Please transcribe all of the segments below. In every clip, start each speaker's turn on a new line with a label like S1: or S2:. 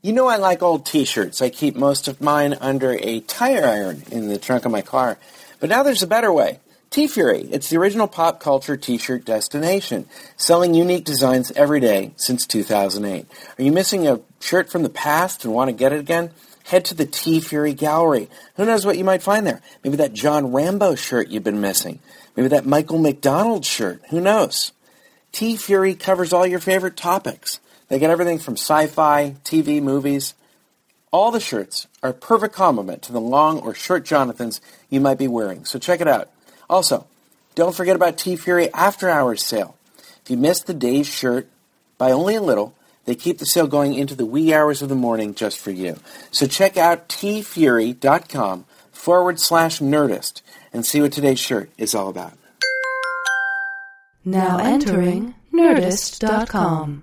S1: You know, I like old t shirts. I keep most of mine under a tire iron in the trunk of my car. But now there's a better way. T Fury. It's the original pop culture t shirt destination, selling unique designs every day since 2008. Are you missing a shirt from the past and want to get it again? Head to the T Fury Gallery. Who knows what you might find there? Maybe that John Rambo shirt you've been missing. Maybe that Michael McDonald shirt. Who knows? T Fury covers all your favorite topics. They get everything from sci fi, TV, movies. All the shirts are a perfect complement to the long or short Jonathans you might be wearing, so check it out. Also, don't forget about T Fury After Hours sale. If you missed the day's shirt by only a little, they keep the sale going into the wee hours of the morning just for you. So check out tfury.com forward slash nerdist and see what today's shirt is all about.
S2: Now entering Nerdist.com.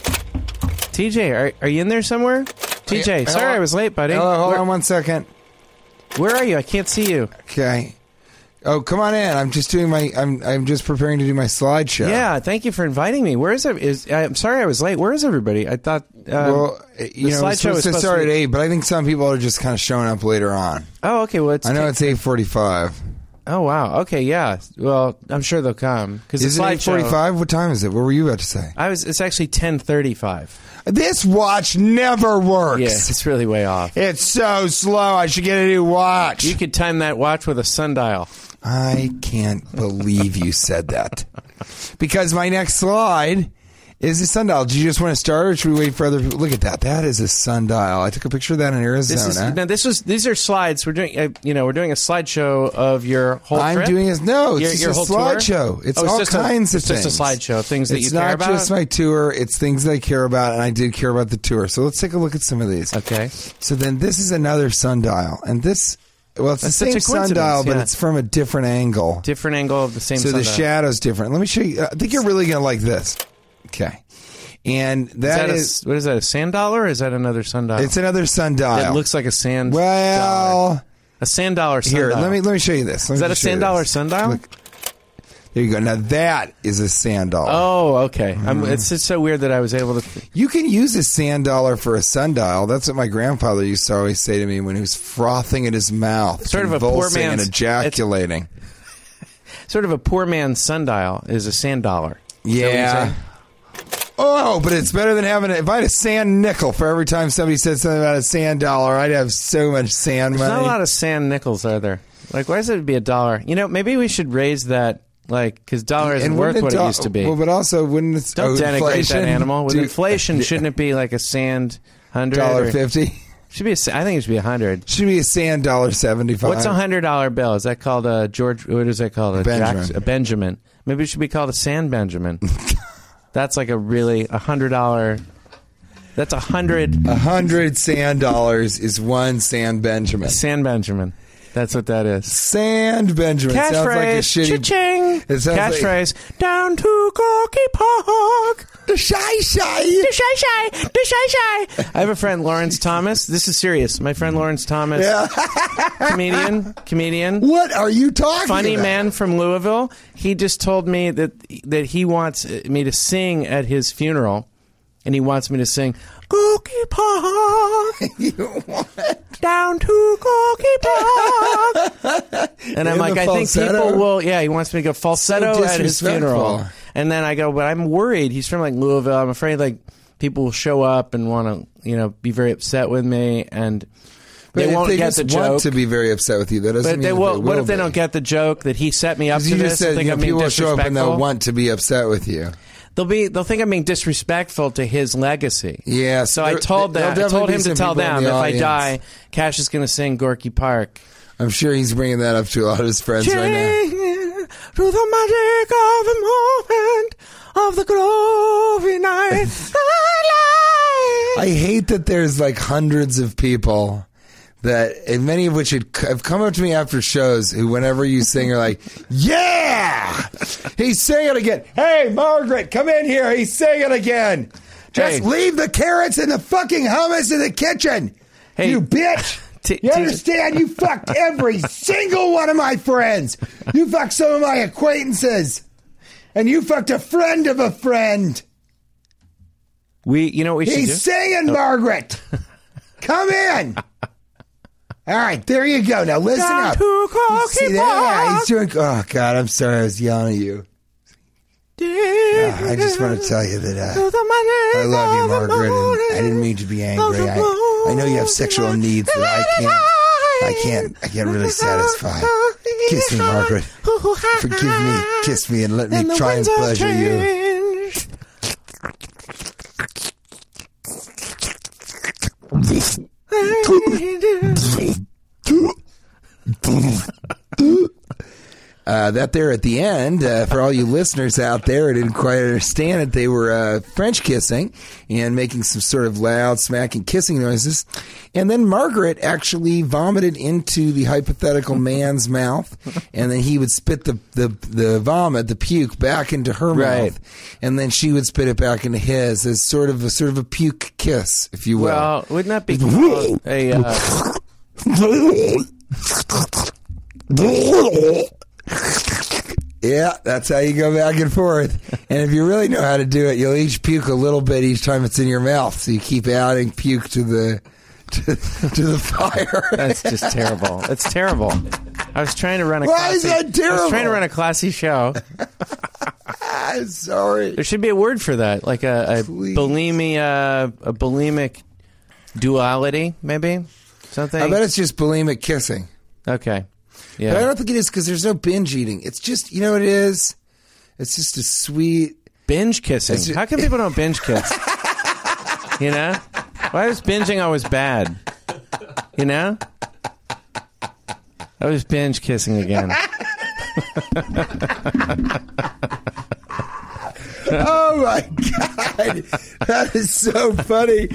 S3: TJ, are, are you in there somewhere? TJ, sorry
S4: hello.
S3: I was late, buddy.
S4: Hello, hold
S3: where,
S4: on one second.
S3: where are you? I can't see you.
S4: Okay. Oh, come on in. I'm just doing my. I'm. I'm just preparing to do my slideshow.
S3: Yeah, thank you for inviting me. Where is it? Is I'm sorry I was late. Where is everybody? I thought. Um,
S4: Well, eh, you
S3: the
S4: know,
S3: slideshow
S4: it's supposed to
S3: is supposed
S4: start
S3: to
S4: at
S3: be-
S4: eight, but I think some people are just kind of showing up later on.
S3: oh, okay. Well, it's
S4: I know
S3: ten-
S4: it's eight forty-five.
S3: Oh wow. Okay, yeah. Well, I'm sure they'll come because
S4: Is it eight forty-five? What time is it? What were you about to say?
S3: I was. It's actually ten thirty-five.
S4: This watch never works.
S3: Yeah, it's really way off.
S4: It's so slow. I should get a new watch.
S3: You could time that watch with a sundial.
S4: I can't believe you said that. Because my next slide is a sundial. Do you just want to start or should we wait for other people? Look at that. That is a sundial. I took a picture of that in Arizona.
S3: This is now. This was. These are slides. We're doing. Uh, you know, we're doing a slideshow of your whole.
S4: I'm
S3: trip?
S4: doing a no. It's
S3: Your-
S4: just
S3: your
S4: a
S3: whole tour?
S4: slideshow. It's
S3: Oh,
S4: all
S3: just a-
S4: kinds of
S3: it's
S4: things.
S3: Just a slideshow of things that
S4: it's
S3: you care
S4: not
S3: about.
S4: just my tour. It's things that I care about, and I did care about the tour. So let's take a look at some of these.
S3: okay.
S4: So then this is another sundial, and this well, it's
S3: That's
S4: the
S3: such
S4: same
S3: a coincidence,
S4: sundial, but
S3: yeah.
S4: it's from a different angle.
S3: Different angle of the same.
S4: so the
S3: sundial.
S4: shadow's different. Let me show you. uh, I think you're really gonna like this. Okay, and
S3: Is
S4: that
S3: that a-
S4: is,
S3: what is that? A sand dollar? Or is that another sundial?
S4: it's another sundial.
S3: That looks like a sand.
S4: well.
S3: dollar. a sand dollar.
S4: Here,
S3: Sundial.
S4: let me let me show you this. Let
S3: Is
S4: me
S3: that a
S4: show you
S3: sand dollar
S4: this.
S3: sundial?
S4: Look. There you go. Now that is a sand dollar.
S3: Oh, okay. I'm,
S4: Mm-hmm.
S3: it's just so weird that I was able to.
S4: You can use a sand dollar for a sundial. That's what my grandfather used to always say to me when he was frothing at his mouth,
S3: Sort of a poor
S4: convulsing and
S3: man's-
S4: ejaculating.
S3: Sort of a poor man's sundial is a sand dollar. Is that what you're
S4: Yeah.
S3: saying?
S4: Oh, but it's better than having. A, if I had a sand nickel for every time somebody said something about a sand dollar, I'd have so much sand
S3: There's
S4: money.
S3: not a lot of sand nickels, are there? Like, why does it be a dollar? You know, maybe we should raise that, like, because dollar isn't
S4: wouldn't
S3: worth what
S4: do-
S3: it used to be.
S4: Well, but also wouldn't it? oh,
S3: Don't denigrate
S4: inflation?
S3: that animal. With
S4: Dude,
S3: inflation, shouldn't it be like a sand hundred?
S4: dollar fifty
S3: Should be. A, sa- I think it should be a hundred.
S4: should be a sand dollar seventy five.
S3: What's a hundred dollar bill? Is that called a George? What is that called? A
S4: Benjamin.
S3: Jackson- a Benjamin. Maybe it should be called a Sand Benjamin. That's like a really a hundred dollar. That's a hundred
S4: A hundred sand dollars is one sand Benjamin.
S3: Sand Benjamin. That's what that is.
S4: Sand Benjamin
S3: Cash
S4: sounds like a
S3: phrase.
S4: shitty.
S3: Cha-ching.
S4: It sounds
S3: Cash
S4: like-
S3: phrase. Down to Corky Park.
S4: The shy shy.
S3: The shy shy. The shy shy. I have a friend, Lawrence Thomas. This is serious. My friend Lawrence Thomas,
S4: Yeah.
S3: comedian, comedian.
S4: What are you talking?
S3: funny
S4: about?
S3: man from Louisville. He just told me that that he wants me to sing at his funeral, and he wants me to sing "Cookie Park
S4: You what?
S3: down to Cookie Park." and I'm
S4: In
S3: like,
S4: the
S3: I think
S4: falsetto?
S3: people will. Yeah, he wants me to go falsetto
S4: So
S3: at his funeral,
S4: disrespectful.
S3: and then I go, but I'm worried. He's from like Louisville. I'm afraid like people will show up and want to you know be very upset with me and.
S4: But
S3: They
S4: if
S3: won't
S4: they
S3: get
S4: just
S3: the
S4: want
S3: joke.
S4: to be very upset with you. That doesn't
S3: But
S4: mean
S3: they
S4: that
S3: will, what
S4: will
S3: if they
S4: be.
S3: don't get the joke that he set me up to
S4: You
S3: this?
S4: just
S3: They'll
S4: said
S3: think
S4: you know,
S3: I'm being
S4: people will show up and they'll
S3: disrespectful.
S4: want to be upset with you.
S3: They'll be. They'll think I'm being disrespectful to his legacy.
S4: Yeah,
S3: So
S4: there-
S3: I told
S4: there'll
S3: them. I told
S4: definitely
S3: him
S4: be
S3: to
S4: some
S3: tell
S4: people in
S3: them
S4: the
S3: if
S4: audience.
S3: I die, Cash is going to sing Gorky Park.
S4: I'm sure he's bringing that up to a lot of his friends right now.
S3: through the magic of a moment of the glory night.
S4: I hate that there's like hundreds of people that, and many of which had, have come up to me after shows who, whenever you sing, are like, "Yeah, he's singing again." Hey, Margaret, come in here. He's singing again. Just
S3: Hey.
S4: leave the carrots and the fucking hummus in the kitchen.
S3: Hey.
S4: You bitch.
S3: T-
S4: you
S3: t-
S4: understand? You fucked every single one of my friends. You fucked some of my acquaintances. And you fucked a friend of a friend.
S3: we, you know what we should do?
S4: He's singing, Margaret. Come in. All right, there you go. Now listen
S3: Down
S4: up.
S3: to
S4: You
S3: Coquille
S4: see that? Yeah,
S3: Park.
S4: he's doing. Oh God, I'm sorry. I was yelling at you. Uh, I just want to tell you that uh, I love you, Margaret. And I didn't mean to be angry. I, I know you have sexual needs that I can't. I can't. I can't really satisfy. Kiss me, Margaret. Forgive me. Kiss me and let me try and pleasure you. Uh, that there at the end, uh, for all you listeners out there who didn't quite understand it, they were uh, French kissing and making some sort of loud smacking kissing noises. And then Margaret actually vomited into the hypothetical man's mouth, and then he would spit the, the, the vomit, the puke, back into her
S3: Right.
S4: mouth, and then she would spit it back into his as sort of a sort of a puke kiss, if you will.
S3: Well, wouldn't that be called a uh,
S4: Yeah, that's how you go back and forth. And if you really know how to do it, you'll each puke a little bit each time it's in your mouth. So you keep adding puke to the to, to the fire.
S3: That's just terrible. That's terrible. I was trying to run a.
S4: Why is
S3: classy-
S4: that
S3: I was trying
S4: terrible?
S3: to run a classy show.
S4: I'm sorry.
S3: There should be a word for that, like a, a
S4: Please.
S3: bulimia, a bulimic duality, maybe something.
S4: I bet it's just bulimic kissing.
S3: okay. Yeah.
S4: But I don't think it is because there's no binge eating. It's just you know what it is. It's just a sweet.
S3: binge kissing.
S4: It's-
S3: How come people don't binge kiss? you know, why was binging always bad? You know, I was binge kissing again.
S4: Oh my god, that is so funny.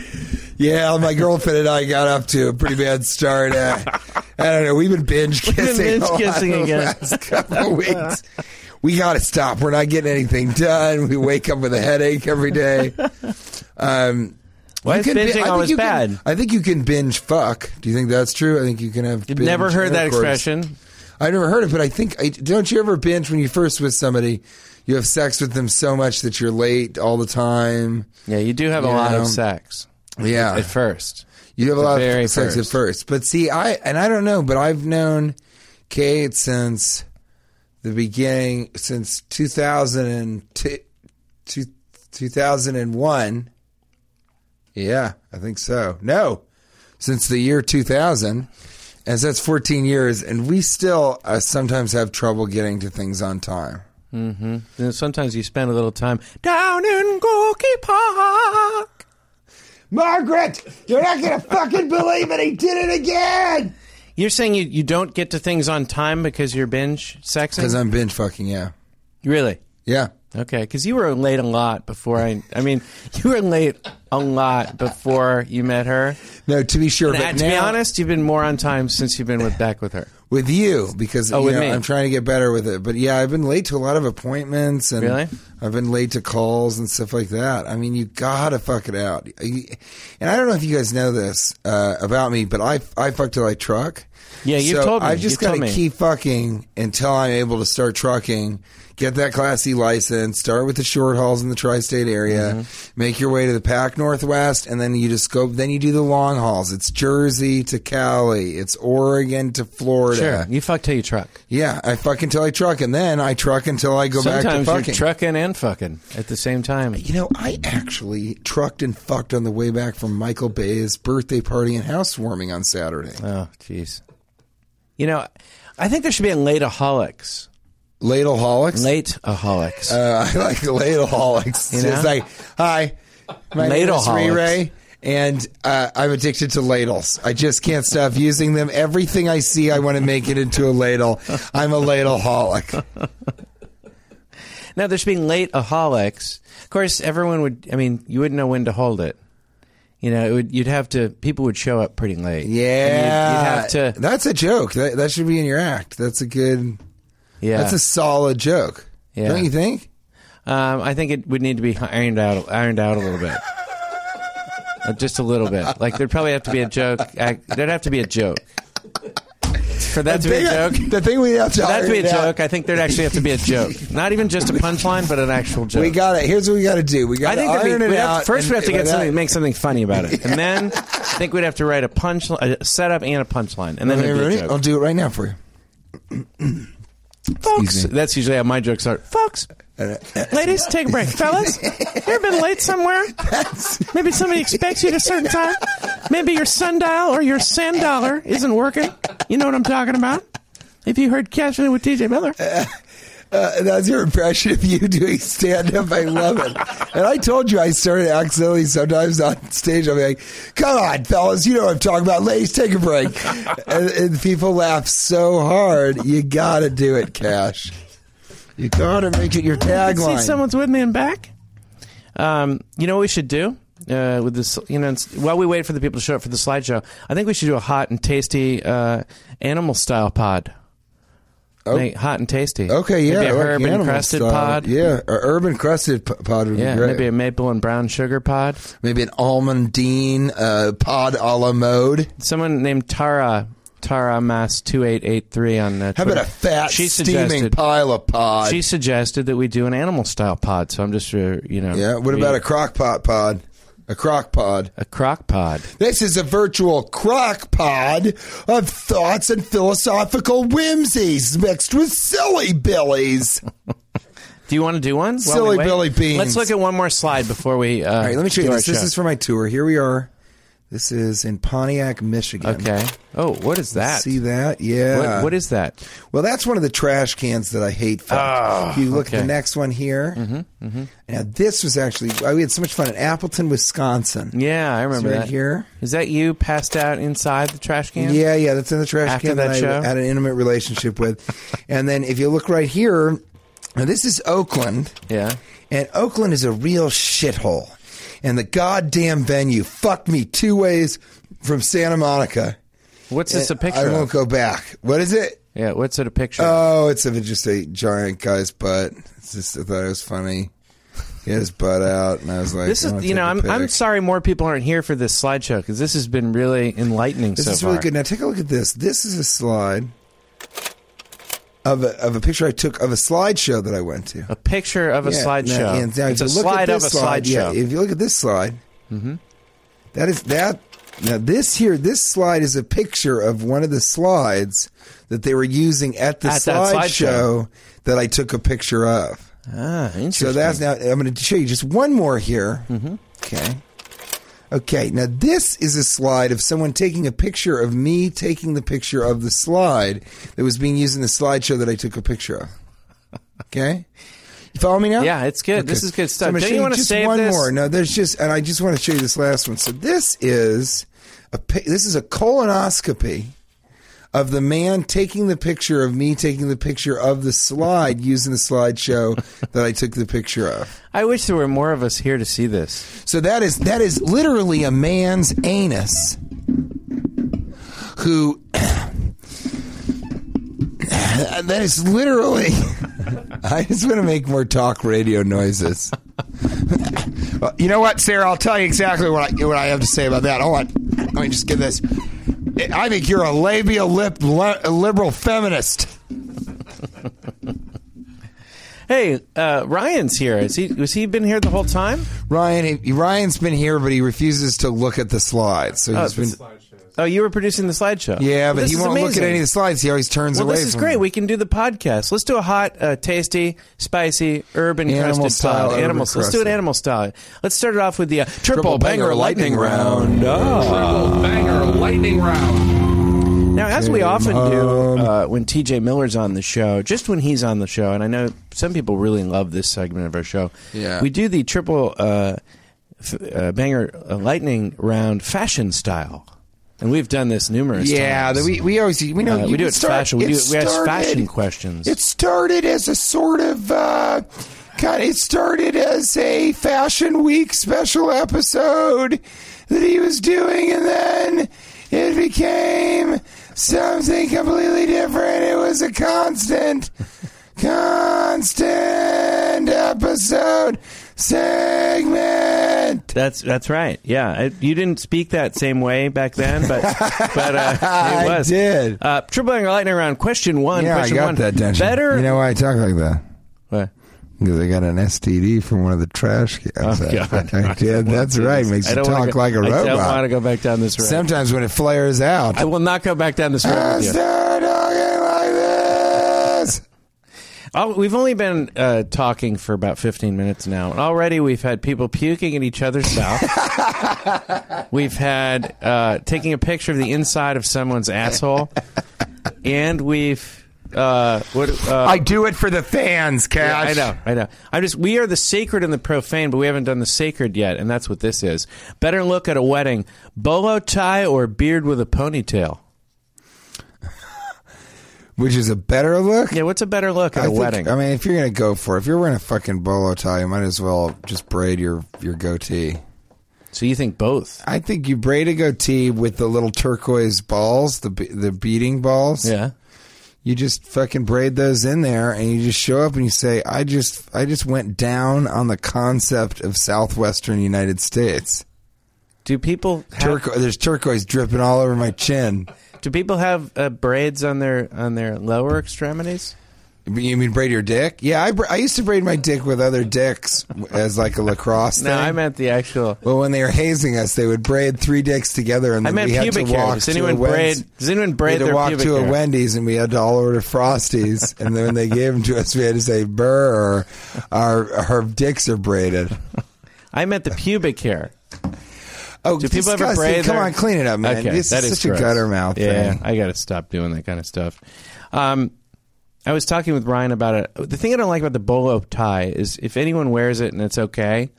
S4: Yeah, my girlfriend and I got up to a pretty bad start. Uh, I don't know. We've been binge
S3: been
S4: kissing,
S3: binge
S4: a lot
S3: kissing
S4: the
S3: again.
S4: last couple of weeks. We got to stop. We're not getting anything done. We wake up with a headache every day. Um,
S3: Why
S4: you
S3: is
S4: can bin- I
S3: binging
S4: think
S3: always
S4: you can-
S3: bad?
S4: I think you can binge fuck. Do you think that's true? I think you can have.
S3: You've
S4: binge
S3: never heard that
S4: intercourse.
S3: expression.
S4: I've never heard it, but I think I, don't you ever binge when you first with somebody? You have sex with them so much that you're late all the time.
S3: Yeah, you do have a
S4: You
S3: lot
S4: know.
S3: of sex
S4: Yeah,
S3: at first.
S4: you have a lot
S3: very
S4: of sex
S3: first.
S4: at first. But see, I and I don't know, but I've known Kate since the beginning, since 2002, two- 2001. Yeah, I think so. No, since the year 2000. And so that's 14 years, and we still uh, sometimes have trouble getting to things on time.
S3: Then sometimes you spend a little time down in Gorky Park.
S4: Margaret, you're not going to fucking believe it. He did it again.
S3: You're saying you, you don't get to things on time because you're binge sexing?
S4: Because I'm binge fucking, yeah.
S3: really?
S4: Yeah.
S3: Okay, because you were late a lot before I. I mean, you were late a lot before you met her.
S4: No, to be sure. but
S3: And to be
S4: now-
S3: honest, you've been more on time since you've been with back with her.
S4: with you because
S3: Oh,
S4: you
S3: with
S4: know,
S3: me.
S4: I'm trying to get better with it. But yeah, I've been late to a lot of appointments and
S3: Really?
S4: I've been late to calls and stuff like that. I mean, you gotta fuck it out. You- And I don't know if you guys know this uh, about me, but I I fuck till I truck.
S3: Yeah, you've
S4: so
S3: told me.
S4: I've just
S3: You've
S4: gotta
S3: told me.
S4: keep fucking until I'm able to start trucking. Get that Class C license. Start with the short hauls in the tri-state area.
S3: Mm-hmm.
S4: Make your way to the Pac Northwest, and then you just go. Then you do the long hauls. It's Jersey to Cali. It's Oregon to Florida.
S3: Sure, you fuck till you truck.
S4: Yeah, I fuck until I truck, and then I truck until I go back to
S3: Sometimes
S4: fucking.
S3: you're trucking and fucking at the same time.
S4: you know, I actually trucked and fucked on the way back from Michael Bay's birthday party and housewarming on Saturday.
S3: Oh, jeez. You know, I think there should be a lateaholics.
S4: Ladleholics.
S3: Lateaholics.
S4: uh, I like ladleholics.
S3: You
S4: It's Just
S3: know?
S4: like, hi, my name is
S3: Ladleholics.
S4: Ray Ray, and uh, I'm addicted to ladles. I just can't stop using them. Everything I see, I want to make it into a ladle. I'm a ladleholic.
S3: Now there's being lateaholics. Of course, everyone would. I mean, you wouldn't know when to hold it. You know, it would, you'd have to. People would show up pretty late. And you'd-
S4: Yeah,
S3: you'd, have to.
S4: That's a joke. That, that should be in your act. That's a good.
S3: Yeah,
S4: That's a solid joke.
S3: Yeah.
S4: Don't you think?
S3: Um, I think it would need to be ironed out, ironed out a little bit, Uh, just a little bit. Like there'd probably have to be a joke. I, there'd have to be a joke for that to be a joke.
S4: The thing we have to
S3: That'd be a
S4: iron out-
S3: joke. I think there'd actually have to be a joke, not even just a punchline, but an actual joke.
S4: We got it. Here's what we got to do. We got
S3: I
S4: to
S3: think that'd be-
S4: iron it
S3: we'd have-
S4: out.
S3: first we
S4: and-
S3: have to get
S4: and
S3: something,
S4: that-
S3: make something funny about it, and then I think we'd have to write a punch, a setup, and a punchline, and then
S4: Are you
S3: it'd be a
S4: ready?
S3: joke.
S4: I'll do it right now for you.
S3: Folks,
S4: Excuse me.
S3: that's usually how my jokes are. Folks, ladies, take a break. Fellas, you ever been late somewhere? Maybe somebody expects you at a certain time. Maybe your sundial or your sand dollar isn't working. You know what I'm talking about? If you heard Cashing In with TJ Miller,
S4: Uh, that's your impression of you doing stand up. I love it. and I told you I started accidentally sometimes on stage. I'll be like, come on, fellas, you know what I'm talking about. Ladies, take a break. and, and people laugh so hard. You got to do it, Cash. You got to make it your
S3: I see
S4: tagline.
S3: someone's with me in back. Um, you know what we should do? Uh, with this, you know, it's- while we wait for the people to show up for the slideshow, I think we should do a hot and tasty uh, animal style pod.
S4: Oh.
S3: Make hot and tasty.
S4: Okay, yeah.
S3: Maybe a
S4: like
S3: herb
S4: animal
S3: encrusted
S4: style.
S3: pod.
S4: Yeah, or urban crusted p- pod would
S3: Yeah,
S4: be great.
S3: maybe a maple and brown sugar pod.
S4: Maybe an almondine uh, pod a la mode.
S3: Someone named Tara Tara Mass two eight eight three on uh,
S4: How about a
S3: Twitter.
S4: fat,
S3: She
S4: steaming
S3: suggested-
S4: pile of pod?
S3: She suggested that we do an animal style pod, so I'm just uh, you know.
S4: yeah. What
S3: re-
S4: about a crock pot pod? A crock pod.
S3: a crock pod?
S4: This is a virtual crock pod of thoughts and philosophical whimsies mixed with silly billies.
S3: Do you want to do one? while we
S4: Silly
S3: wait?
S4: Billy Beans.
S3: Let's look at one more slide before we. Uh,
S4: All right, let me show you
S3: do
S4: this.
S3: our
S4: This
S3: show.
S4: is for my tour. Here we are. This is in Pontiac, Michigan.
S3: okay. Oh, what is that?
S4: See that? Yeah.
S3: What, what is that?
S4: Well, that's one of the trash cans that I hate. Fuck. you look at
S3: okay.
S4: the next one here. Ah, Mm-hmm, Now, this was actually, we had so much fun in Appleton, Wisconsin.
S3: Yeah, I remember
S4: right
S3: that.
S4: here.
S3: Is that you passed out inside the trash can?
S4: Yeah, yeah, that's in the trash
S3: After
S4: can
S3: that
S4: that,
S3: show?
S4: I had an intimate relationship with. and then if you look right here, now this is Oakland,
S3: Yeah.
S4: and Oakland is a real shithole. And the goddamn venue fucked me two ways from Santa Monica.
S3: What's this a picture?
S4: I won't
S3: of?
S4: go back. What is it?
S3: Yeah. What's it a picture? of?
S4: Oh, it's of just a giant guy's butt. It's just I thought it was funny. He had his butt out, and I was like,
S3: This
S4: I wanna
S3: is, you
S4: take
S3: know,
S4: a
S3: I'm, I'm
S4: pic.
S3: sorry more people aren't here for this slideshow because this has been really enlightening
S4: This
S3: so
S4: is really
S3: far.
S4: good. Now take a look at this. This is a slide of a, of a picture I took of a slideshow that I went to.
S3: A picture of a
S4: Yeah, now-
S3: slideshow.
S4: and now if
S3: it's a
S4: you look at
S3: slide of a
S4: this slide, yeah,
S3: slideshow. Mm-hmm.
S4: if you look at this slide, that is that. Now this here, this slide is a picture of one of the slides that they were using at the
S3: At that slideshow.
S4: slideshow that I took a picture of.
S3: ah, interesting.
S4: So that's now. I'm going to show you just one more here.
S3: Mm-hmm.
S4: Okay. Okay. Now this is a slide of someone taking a picture of me taking the picture of the slide that was being used in the slideshow that I took a picture of. Okay. You follow me now?
S3: Yeah, it's good. This is good stuff.
S4: I'm gonna
S3: Don't
S4: show
S3: you wanna
S4: just
S3: save
S4: one
S3: this?
S4: more? No, there's just, and I just want to show you this last one. So this is a pi- this is a colonoscopy of the man taking the picture of me taking the picture of the slide using the slideshow that I took the picture of.
S3: I wish there were more of us here to see this.
S4: So that is that is literally a man's anus who that is literally I just want to make more talk radio noises. Well, you know what, Sarah? I'll tell you exactly what I what I have to say about that. Hold on, let me just get this. I think you're a labia lip li- liberal feminist.
S3: Hey, uh, Ryan's here. Is he? Was he been here the whole time?
S4: Ryan, he- Ryan's been here, but he refuses to look at the slides. So he's been.
S3: Oh, you were producing the slideshow.
S4: Yeah,
S3: Well,
S4: but
S3: this
S4: he
S3: is
S4: won't look
S3: amazing.
S4: at any of the slides. He always turns
S3: Well,
S4: away.
S3: this is
S4: from
S3: great.
S4: them.
S3: We can do the podcast. Let's do a hot, uh, tasty, spicy, urban
S4: Animal
S3: crusted
S4: style,
S3: pod.
S4: urban
S3: Animal. Let's do an
S4: crusted.
S3: animal style. Let's start it off with the uh, triple,
S4: Triple
S3: banger,
S4: banger
S3: lightning,
S4: lightning
S3: round.
S5: Triple banger lightning round.
S3: Now, as we often
S4: Home.
S3: do uh, when TJ Miller's on the show, just when he's on the show, and I know some people really love this segment of our show,
S4: Yeah.
S3: we do the triple uh, f- uh, banger uh, lightning round fashion style. And we've done this numerous
S4: yeah,
S3: times.
S4: the- we, we always we know
S3: Uh,
S4: you
S3: we do
S4: can
S3: it
S4: start-
S3: fashion. We do it- we ask
S4: started-
S3: fashion questions.
S4: It started as a sort of uh, God, it started as a Fashion Week special episode that he was doing, and then it became something completely different. It was a constant, constant episode segment.
S3: That's that's right. Yeah, I, you didn't speak that same way back then, but but uh,
S4: I
S3: it was.
S4: did.
S3: Uh, Triple Angle Lightning Round. Question one.
S4: Yeah, I
S3: question
S4: got
S3: one.
S4: that tension.
S3: Better.
S4: You know why I talk like that?
S3: What?
S4: Because I got an STD from one of the trash cans.
S3: Oh, God.
S4: I did. That's right. Makes
S3: I
S4: you
S3: don't
S4: talk
S3: wanna go,
S4: like a
S3: I don't want to
S4: robot.
S3: go back down this road.
S4: Sometimes when it flares out,
S3: I will not go back down this road.
S4: I
S3: with you.
S4: start talking like this.
S3: Oh, we've only been uh, talking for about 15 minutes now. and Already we've had people puking in each other's mouth. we've had uh, taking a picture of the inside of someone's asshole. And we've. Uh, what, uh,
S4: I do it for the fans, Cash.
S3: I know, I know. I'm just we are the sacred and the profane, but we haven't done the sacred yet, and that's what this is. Better look at a wedding: bolo tie or beard with a ponytail.
S4: Which is a better look.
S3: Yeah, what's a better look at
S4: I
S3: a
S4: think-
S3: wedding?
S4: I mean, if you're gonna go for, it, if you're wearing a fucking bolo tie, you might as well just braid your your goatee.
S3: so you think both?
S4: I think you braid a goatee with the little turquoise balls, the be- the beading balls.
S3: Yeah.
S4: you just fucking braid those in there and you just show up and you say i just i just went down on the concept of southwestern united states
S3: Do people have,
S4: Turqu- there's turquoise dripping all over my chin
S3: do people have uh, braids on their on their lower extremities?
S4: you mean braid your dick yeah i, bra- I used to braid my dick with other dicks as like a lacrosse
S3: No,
S4: thing
S3: I meant the actual.
S4: well when they were hazing us they would braid three dicks together and
S3: I
S4: then
S3: meant
S4: we had
S3: pubic
S4: to
S3: hair.
S4: walk
S3: Does
S4: to
S3: anyone
S4: a Wendy's-
S3: braid? Does anyone
S4: we
S3: braid
S4: had to
S3: their
S4: walk
S3: pubic
S4: to
S3: hair?
S4: a Wendy's and we had to all order Frosties, and then when they gave them to us, we had to say "Burr." Our our dicks are braided.
S3: I meant the pubic hair.
S4: Oh,
S3: Do people ever
S4: disgusting.
S3: braid
S4: Come
S3: their-
S4: on, clean it up, man.
S3: Okay,
S4: this
S3: that
S4: is
S3: is
S4: such
S3: gross.
S4: a gutter mouth
S3: Yeah,
S4: thing.
S3: I got to stop doing that kind of stuff. Um, I was talking with Ryan about it. The thing I don't like about the bolo tie is if anyone wears it and it's okay,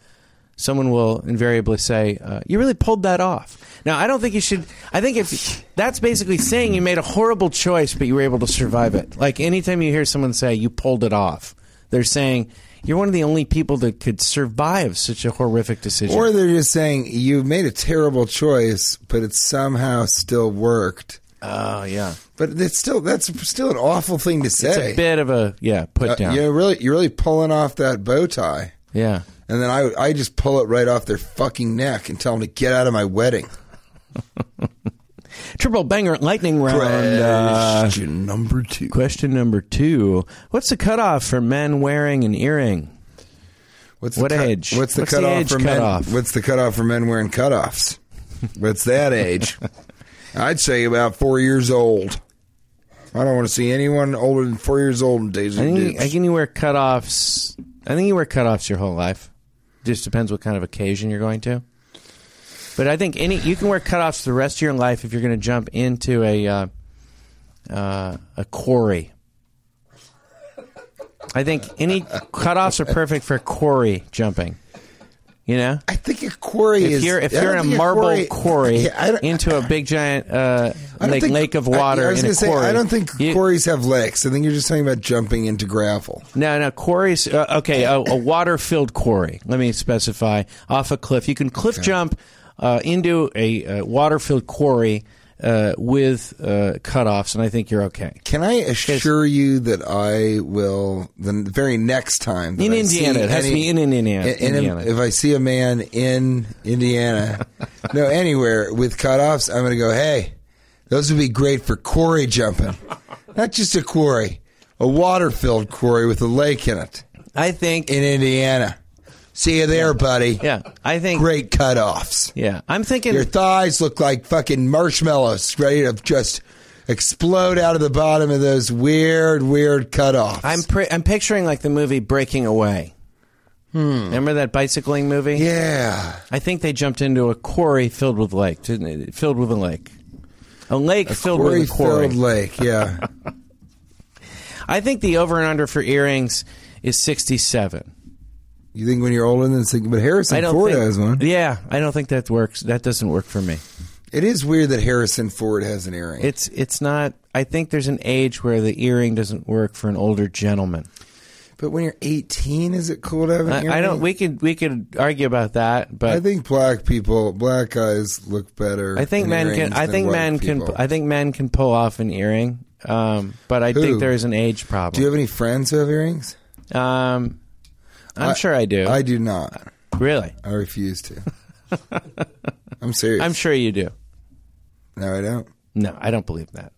S3: someone will invariably say, uh, "You really pulled that off." Now, I don't think you should. I think if that's basically saying you made a horrible choice, but you were able to survive it. Like anytime you hear someone say, "You pulled it off," they're saying. You're one of the only people that could survive such a horrific decision.
S4: Or they're just saying you made a terrible choice, but it somehow still worked.
S3: oh yeah,
S4: But it's still that's still an awful thing to
S3: it's
S4: say.
S3: a bit of a yeah put
S4: Uh,
S3: down.
S4: you're really you're really pulling off that bow tie,
S3: Yeah.
S4: and then I I just pull it right off their fucking neck and tell them to get out of my wedding.
S3: Triple banger lightning round. Uh,
S4: Question number two.
S3: question number two. What's the cutoff for men wearing an earring?
S4: What's
S3: What
S4: the cut-
S3: age?
S4: What's the
S3: What's the
S4: cutoff
S3: age
S4: for men?
S3: cutoff?
S4: What's the cutoff for men wearing cutoffs? what's that age? I'd say about four years old. I don't want to see anyone older than four years old in Daisy
S3: I think, you,
S4: Dukes.
S3: I think you wear cutoffs. I think you wear cutoffs your whole life. Just depends what kind of occasion you're going to. But I think any you can wear cutoffs the rest of your life if you're going to jump into a uh, uh, a quarry. I think any cutoffs are perfect for quarry jumping. You know,
S4: I think a quarry
S3: if
S4: is.
S3: you're if
S4: I
S3: you're in a
S4: don't think
S3: marble quarry,
S4: Yeah, I don't-
S3: into a big giant uh,
S4: I don't
S3: lake,
S4: think-
S3: lake of water
S4: I, I was
S3: in a
S4: gonna say,
S3: quarry.
S4: I don't think
S3: You-
S4: quarries have lakes. I think you're just talking about jumping into gravel.
S3: No, no quarries. Uh, okay, a, a water filled quarry. Let me specify off a cliff. You can cliff jump uh, into a uh, water filled quarry uh, with uh, cutoffs, and I think you're okay.
S4: Can I assure you that I will the very next time that
S3: In
S4: I
S3: Indiana.
S4: see
S3: It has to
S4: any-
S3: be in Indiana. Indiana.
S4: If I see a man in Indiana, no, anywhere with cutoffs, I'm going to go. Hey, those would be great for quarry jumping, not just a quarry, a water-filled quarry with a lake in it
S3: I think.
S4: in Indiana. See you there, buddy.
S3: yeah, I think.
S4: Great cutoffs.
S3: Yeah, I'm thinking.
S4: Your thighs look like fucking marshmallows, ready to just explode out of the bottom of those weird, weird cutoffs.
S3: I'm pre- I'm picturing like the movie Breaking Away.
S4: Hmm.
S3: Remember that bicycling movie?
S4: yeah.
S3: I think they jumped into a quarry filled with lake, didn't it? Filled with a lake. A lake filled with a quarry.
S4: Quarry-filled lake, yeah.
S3: I think the over and under for earrings is 67.
S4: You think when you're older than six, but
S3: I
S4: Harrison
S3: don't
S4: Ford
S3: think,
S4: has one.
S3: Yeah, I don't think that works. That doesn't work for me.
S4: It is weird that Harrison Ford has an earring.
S3: It's it's not I think there's an age where the earring doesn't work for an older gentleman.
S4: But when you're 18, is it cool to have an earring?
S3: I, I don't. We could we could argue about that, but
S4: I think black people, black guys look better.
S3: I think
S4: in
S3: men can.
S4: earrings
S3: I
S4: than
S3: think
S4: white
S3: men
S4: people.
S3: can. I think men can pull off an earring. Um, but I
S4: Who?
S3: think there is an age
S4: Do you
S3: problem.
S4: have any friends who have earrings?
S3: um, I'm
S4: I-
S3: sure I do.
S4: I do not.
S3: really,
S4: I refuse to. I'm serious.
S3: I'm sure you do.
S4: no, I don't.
S3: No, I don't believe that.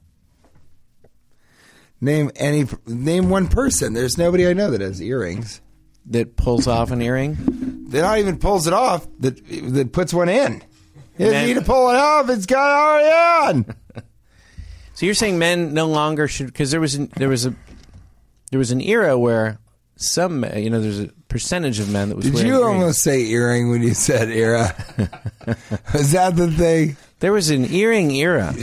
S4: Name any. Name one person. There's nobody I know that has earrings.
S3: That pulls off an earring.
S4: That not even pulls it off. That that puts one in. If
S3: Men-
S4: you need to pull it off, it's got already on.
S3: So you're saying men no longer should because there was an, there was a there was an era where some men- you know there's a percentage of men that was
S4: Did
S3: wearing
S4: you
S3: earrings.
S4: almost say earring when you said era? Is that the thing?
S3: there was an earring era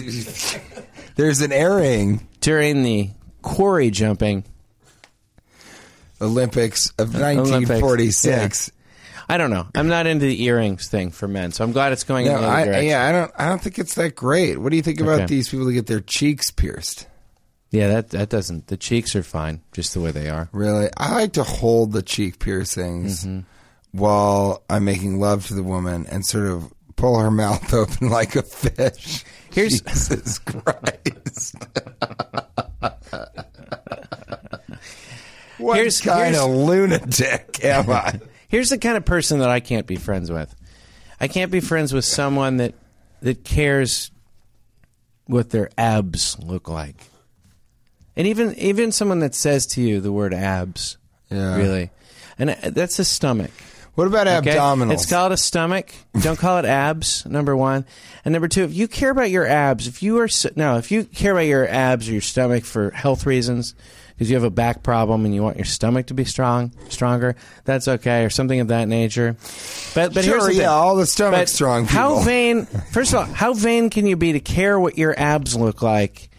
S4: There's an earring
S3: during the quarry jumping.
S4: Olympics of 1946.
S3: I don't know. I'm not into the earrings thing for men, so I'm glad it's going in
S4: No,
S3: the other
S4: I,
S3: direction.
S4: yeah, I don't. I don't think it's that great. What do you think about
S3: Okay.
S4: these people that get their cheeks pierced?
S3: Yeah, that that doesn't. The cheeks are fine, just the way they are.
S4: Really, I like to hold the cheek piercings
S3: Mm-hmm.
S4: while I'm making love to the woman and sort of pull her mouth open like a fish.
S3: Here's-
S4: Jesus Christ. What
S3: Here's-
S4: kind
S3: here's-
S4: of lunatic am I?
S3: Here's the kind of person that I can't be friends with. I can't be friends with someone that that cares what their abs look like, and even even someone that says to you the word abs.
S4: Yeah.
S3: really, and uh, that's the stomach.
S4: What about
S3: Okay?
S4: abdominals?
S3: It's called a stomach. Don't call it abs. Number one, and number two, if you care about your abs, if you are s- no, if you care about your abs or your stomach for health reasons, because you have a back problem and you want your stomach to be strong, stronger, that's okay, or something of that nature. But but
S4: Sure,
S3: here's the
S4: yeah,
S3: thing.
S4: all the stomach
S3: But
S4: strong
S3: How
S4: people.
S3: vain? First of all, how vain can you be to care what your abs look like?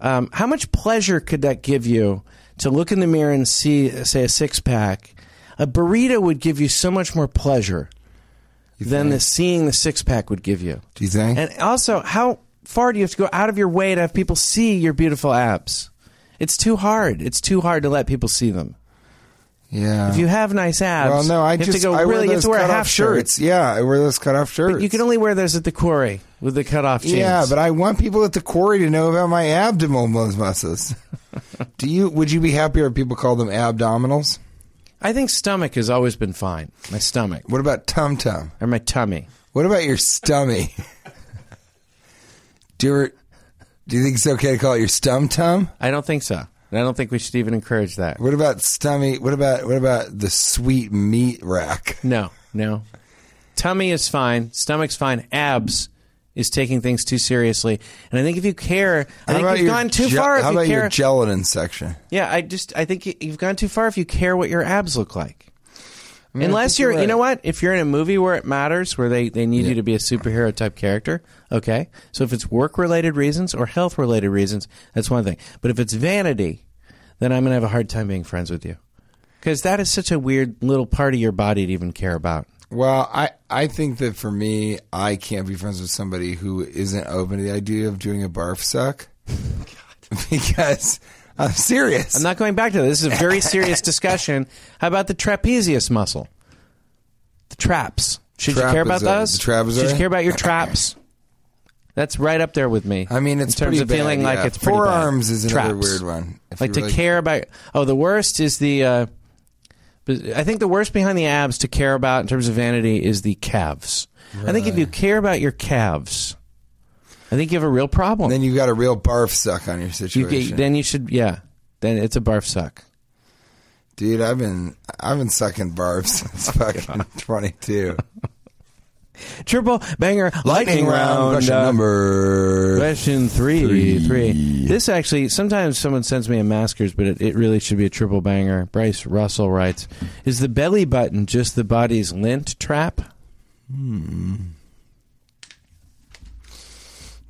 S3: Um, how much pleasure could that give you to look in the mirror and see, say, a six pack? A burrito would give you so much more pleasure than the seeing the six pack would give you.
S4: Do you think?
S3: And also, how far do you have to go out of your way to have people see your beautiful abs? It's too hard. It's too hard to let people see them.
S4: yeah.
S3: If you have nice abs,
S4: Uh-huh. well, no, I
S3: you have
S4: just
S3: to go
S4: I wear
S3: really. You have
S4: those
S3: to wear a
S4: cut-off
S3: half shirt.
S4: shirts. Yeah, I wear those cut off shirts.
S3: But you can only wear those at the quarry with the cutoff jeans.
S4: Yeah, but I want people at the quarry to know about my abdominal muscles. Do you? Would you be happier if people called them abdominals?
S3: I think stomach has always been fine. My stomach
S4: What about tum tum?
S3: or my tummy.
S4: What about your stummy? do you, do you think it's okay to call it your stum tum?
S3: I don't think so. And I don't think we should even encourage that.
S4: What about stummy? What about what about the sweet meat rack?
S3: No, no. Tummy is fine. Stomach's fine. Abs is taking things too seriously. And I think if you care, I think you've
S4: your
S3: gone too
S4: ge-
S3: far.
S4: How
S3: if you
S4: about
S3: care,
S4: your gelatin section?
S3: yeah, I just I think you- you've gone too far if you care what your abs look like. Unless
S4: think you're
S3: you're, you know
S4: right.
S3: what? If you're in a movie where it matters, where they, they need you to be a superhero type character, okay. So if it's work related reasons or health related reasons, that's one thing. But if it's vanity, then I'm gonna have a hard time being friends with you because that is such a weird little part of your body to even care about.
S4: Well, I, I think that for me, I can't be friends with somebody who isn't open to the idea of doing a barf suck. because I'm serious.
S3: I'm not going back to this. This is a very serious discussion. How about the trapezius muscle? The traps. Should you care about
S4: Trapezoid.
S3: those?
S4: The trapezoid?
S3: Should you care about your traps? That's right up there with me.
S4: I mean, it's
S3: in terms
S4: pretty
S3: of feeling
S4: bad,
S3: like
S4: yeah.
S3: it's pretty bad.
S4: forearms is another
S3: Traps.
S4: weird one. If
S3: Like
S4: you
S3: to
S4: really-
S3: care about. Oh, the worst is the. Uh, but I think the worst behind the abs to care about in terms of vanity is the calves. I think if you care about your calves, I think you have a real problem.
S4: Then you've got a real barf suck on your
S3: you
S4: situation,
S3: get, then you should yeah. Then it's a barf suck.
S4: dude. I've been I've been sucking barfs since
S3: Oh
S4: fucking 22.
S3: Triple banger lightning, round.
S4: question
S3: uh,
S4: number.
S3: Question three, three, This actually, sometimes someone sends me a maskers, but it, it really should be a triple banger. Bryce Russell writes, "Is the belly button just the body's lint trap?"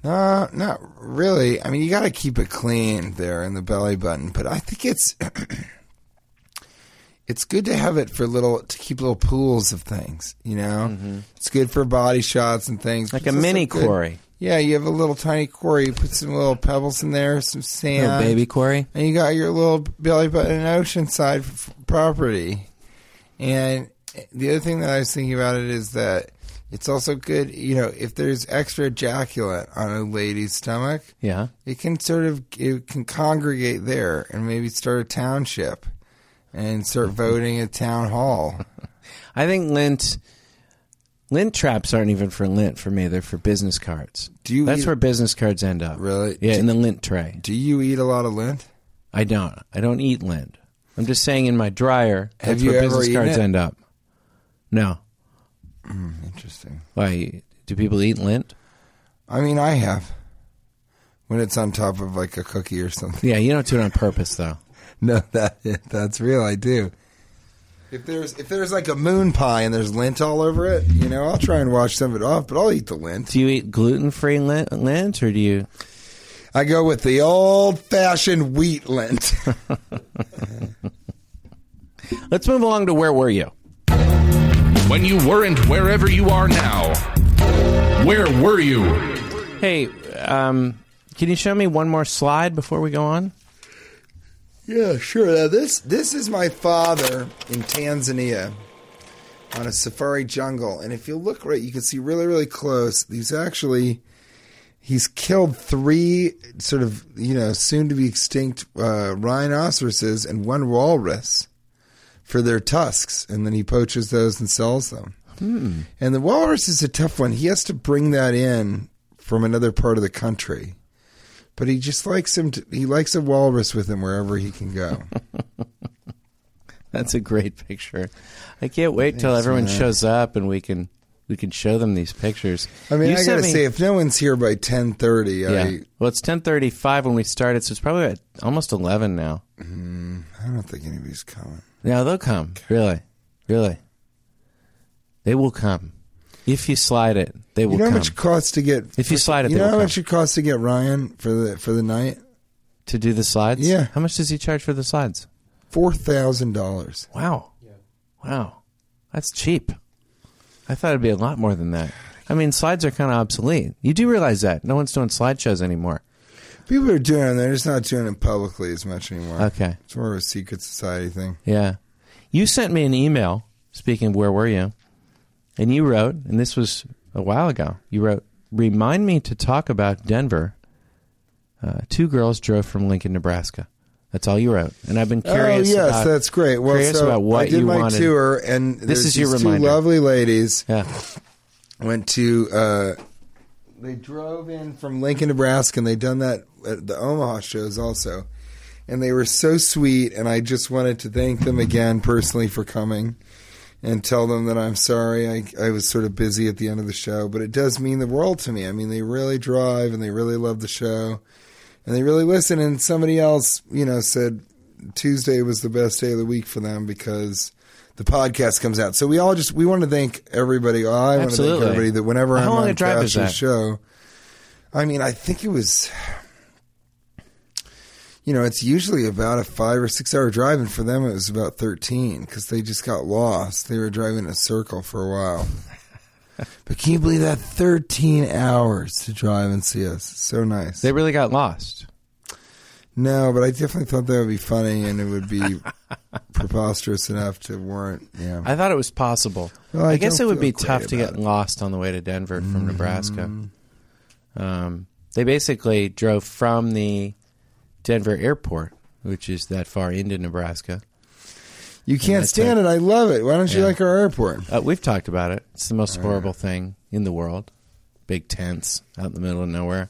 S4: No, not really. I mean, you got to keep it clean there in the belly button, but I think it's it's good to have it for little to keep little pools of things. You know, it's good for body shots and things,
S3: Mm-hmm. Like
S4: but
S3: a
S4: it's also
S3: mini
S4: good-
S3: quarry.
S4: Yeah, you have a little tiny quarry. You put some little pebbles in there, some sand,
S6: Little baby Corey.
S4: and you got your little belly button oceanside f- property. And the other thing that I was thinking about it is that it's also good, you know, if there's extra ejaculate on a lady's stomach,
S3: Yeah.
S4: it can sort of it can congregate there and maybe start a township and start voting at town hall.
S3: I think lint lint traps aren't even for lint for me. They're for business cards.
S4: Do you
S3: That's
S4: eat-
S3: where business cards end up.
S4: Really?
S3: Yeah,
S4: Do-
S3: in the lint tray.
S4: Do you eat a lot of lint?
S3: I don't. I don't eat lint. I'm just saying in my dryer. That's
S4: Have you
S3: where
S4: ever
S3: business
S4: eaten
S3: cards
S4: it?
S3: end up. No.
S4: Interesting.
S3: Why do people eat lint?
S4: I mean, I have when it's on top of like a cookie or something.
S3: Yeah, you don't do it on purpose though.
S4: No, that that's real. I do. If there's if there's like a moon pie and there's lint all over it, you know, I'll try and wash some of it off, but I'll eat the lint.
S3: Do you eat gluten free lint, lint or do you?
S4: I go with the old fashioned wheat lint.
S3: Let's move along to where were you?
S5: When you weren't wherever you are now, where were you?
S3: Hey, um, can you show me one more slide before we go on?
S4: yeah, sure. Now, this this is my father in Tanzania on a safari jungle, and if you look right, you can see really really close. He's actually he's killed three sort of you know soon to be extinct uh, rhinoceroses and one walrus for their tusks, and then he poaches those and sells them. And the walrus is a tough one. He has to bring that in from another part of the country, but he just likes him. To, he likes a walrus with him wherever he can go.
S3: That's a great picture. I can't wait till everyone shows up and we can we can show them these pictures.
S4: I mean,
S3: You
S4: I
S3: sent
S4: gotta
S3: me-
S4: say, if no one's here by ten thirty,
S3: yeah. Well, it's ten thirty five when we started, so it's probably at almost eleven now.
S4: I I don't think anybody's coming.
S3: No, they'll come. Really, really, they will come if you slide it. They will
S4: You know how
S3: come
S4: much it costs to get
S3: If you slide it,
S4: You
S3: they
S4: know
S3: will
S4: how
S3: come.
S4: much it costs to get Ryan for the for the night?
S3: to do the slides.
S4: Yeah.
S3: How much does he charge for the slides?
S4: Four thousand dollars.
S3: Wow. Wow. That's cheap. I thought it'd be a lot more than that. I mean, slides are kind of obsolete. You do realize that no one's doing slideshows anymore.
S4: People are doing it; they're just not doing it publicly as much anymore.
S3: Okay.
S4: it's more of a secret society thing.
S3: Yeah. You sent me an email, speaking of where were you, and you wrote, and this was a while ago, you wrote, remind me to talk about Denver. Uh, two girls drove from Lincoln, Nebraska. That's all you wrote. And I've been curious.
S4: oh yes,
S3: about-
S4: that's great. Well,
S3: curious
S4: so
S3: about what
S4: I did
S3: you
S4: my
S3: wanted.
S4: tour, and this
S3: is your
S4: two
S3: reminder.
S4: lovely ladies
S3: Yeah.
S4: went to. Uh, they drove in from Lincoln, Nebraska, and they done that at the Omaha shows also. And they were so sweet, and I just wanted to thank them again personally for coming, and tell them that I'm sorry I, I was sort of busy at the end of the show, but it does mean the world to me. I mean, they really drive and they really love the show, and they really listen. And somebody else, you know, said Tuesday was the best day of the week for them because the podcast comes out. So we all just we want to thank everybody. I want to thank
S3: Absolutely.
S4: everybody that whenever
S3: How
S4: I'm
S3: long
S4: on
S3: a drive is
S4: Cash's
S3: that?
S4: show. I mean, I think it was. You know, it's usually about a five or six hour drive, and for them it was about thirteen because they just got lost. They were driving in a circle for a while. but can you believe that thirteen hours to drive and see us? So nice.
S3: They really got lost.
S4: no, but I definitely thought that would be funny, and it would be preposterous enough to warrant. Yeah,
S3: I thought it was possible.
S4: Well,
S3: I,
S4: I
S3: guess it
S4: don't
S3: would
S4: feel
S3: be
S4: great
S3: tough to
S4: about Mm-hmm.
S3: get lost on the way to Denver from Nebraska. Um, they basically drove from the Denver airport, which is that far into Nebraska.
S4: you can't
S3: that's
S4: stand it. I love it. Why don't you
S3: Yeah.
S4: like our airport?
S3: Uh, we've talked about it. It's the most horrible thing in the world. Big tents out in the middle of nowhere.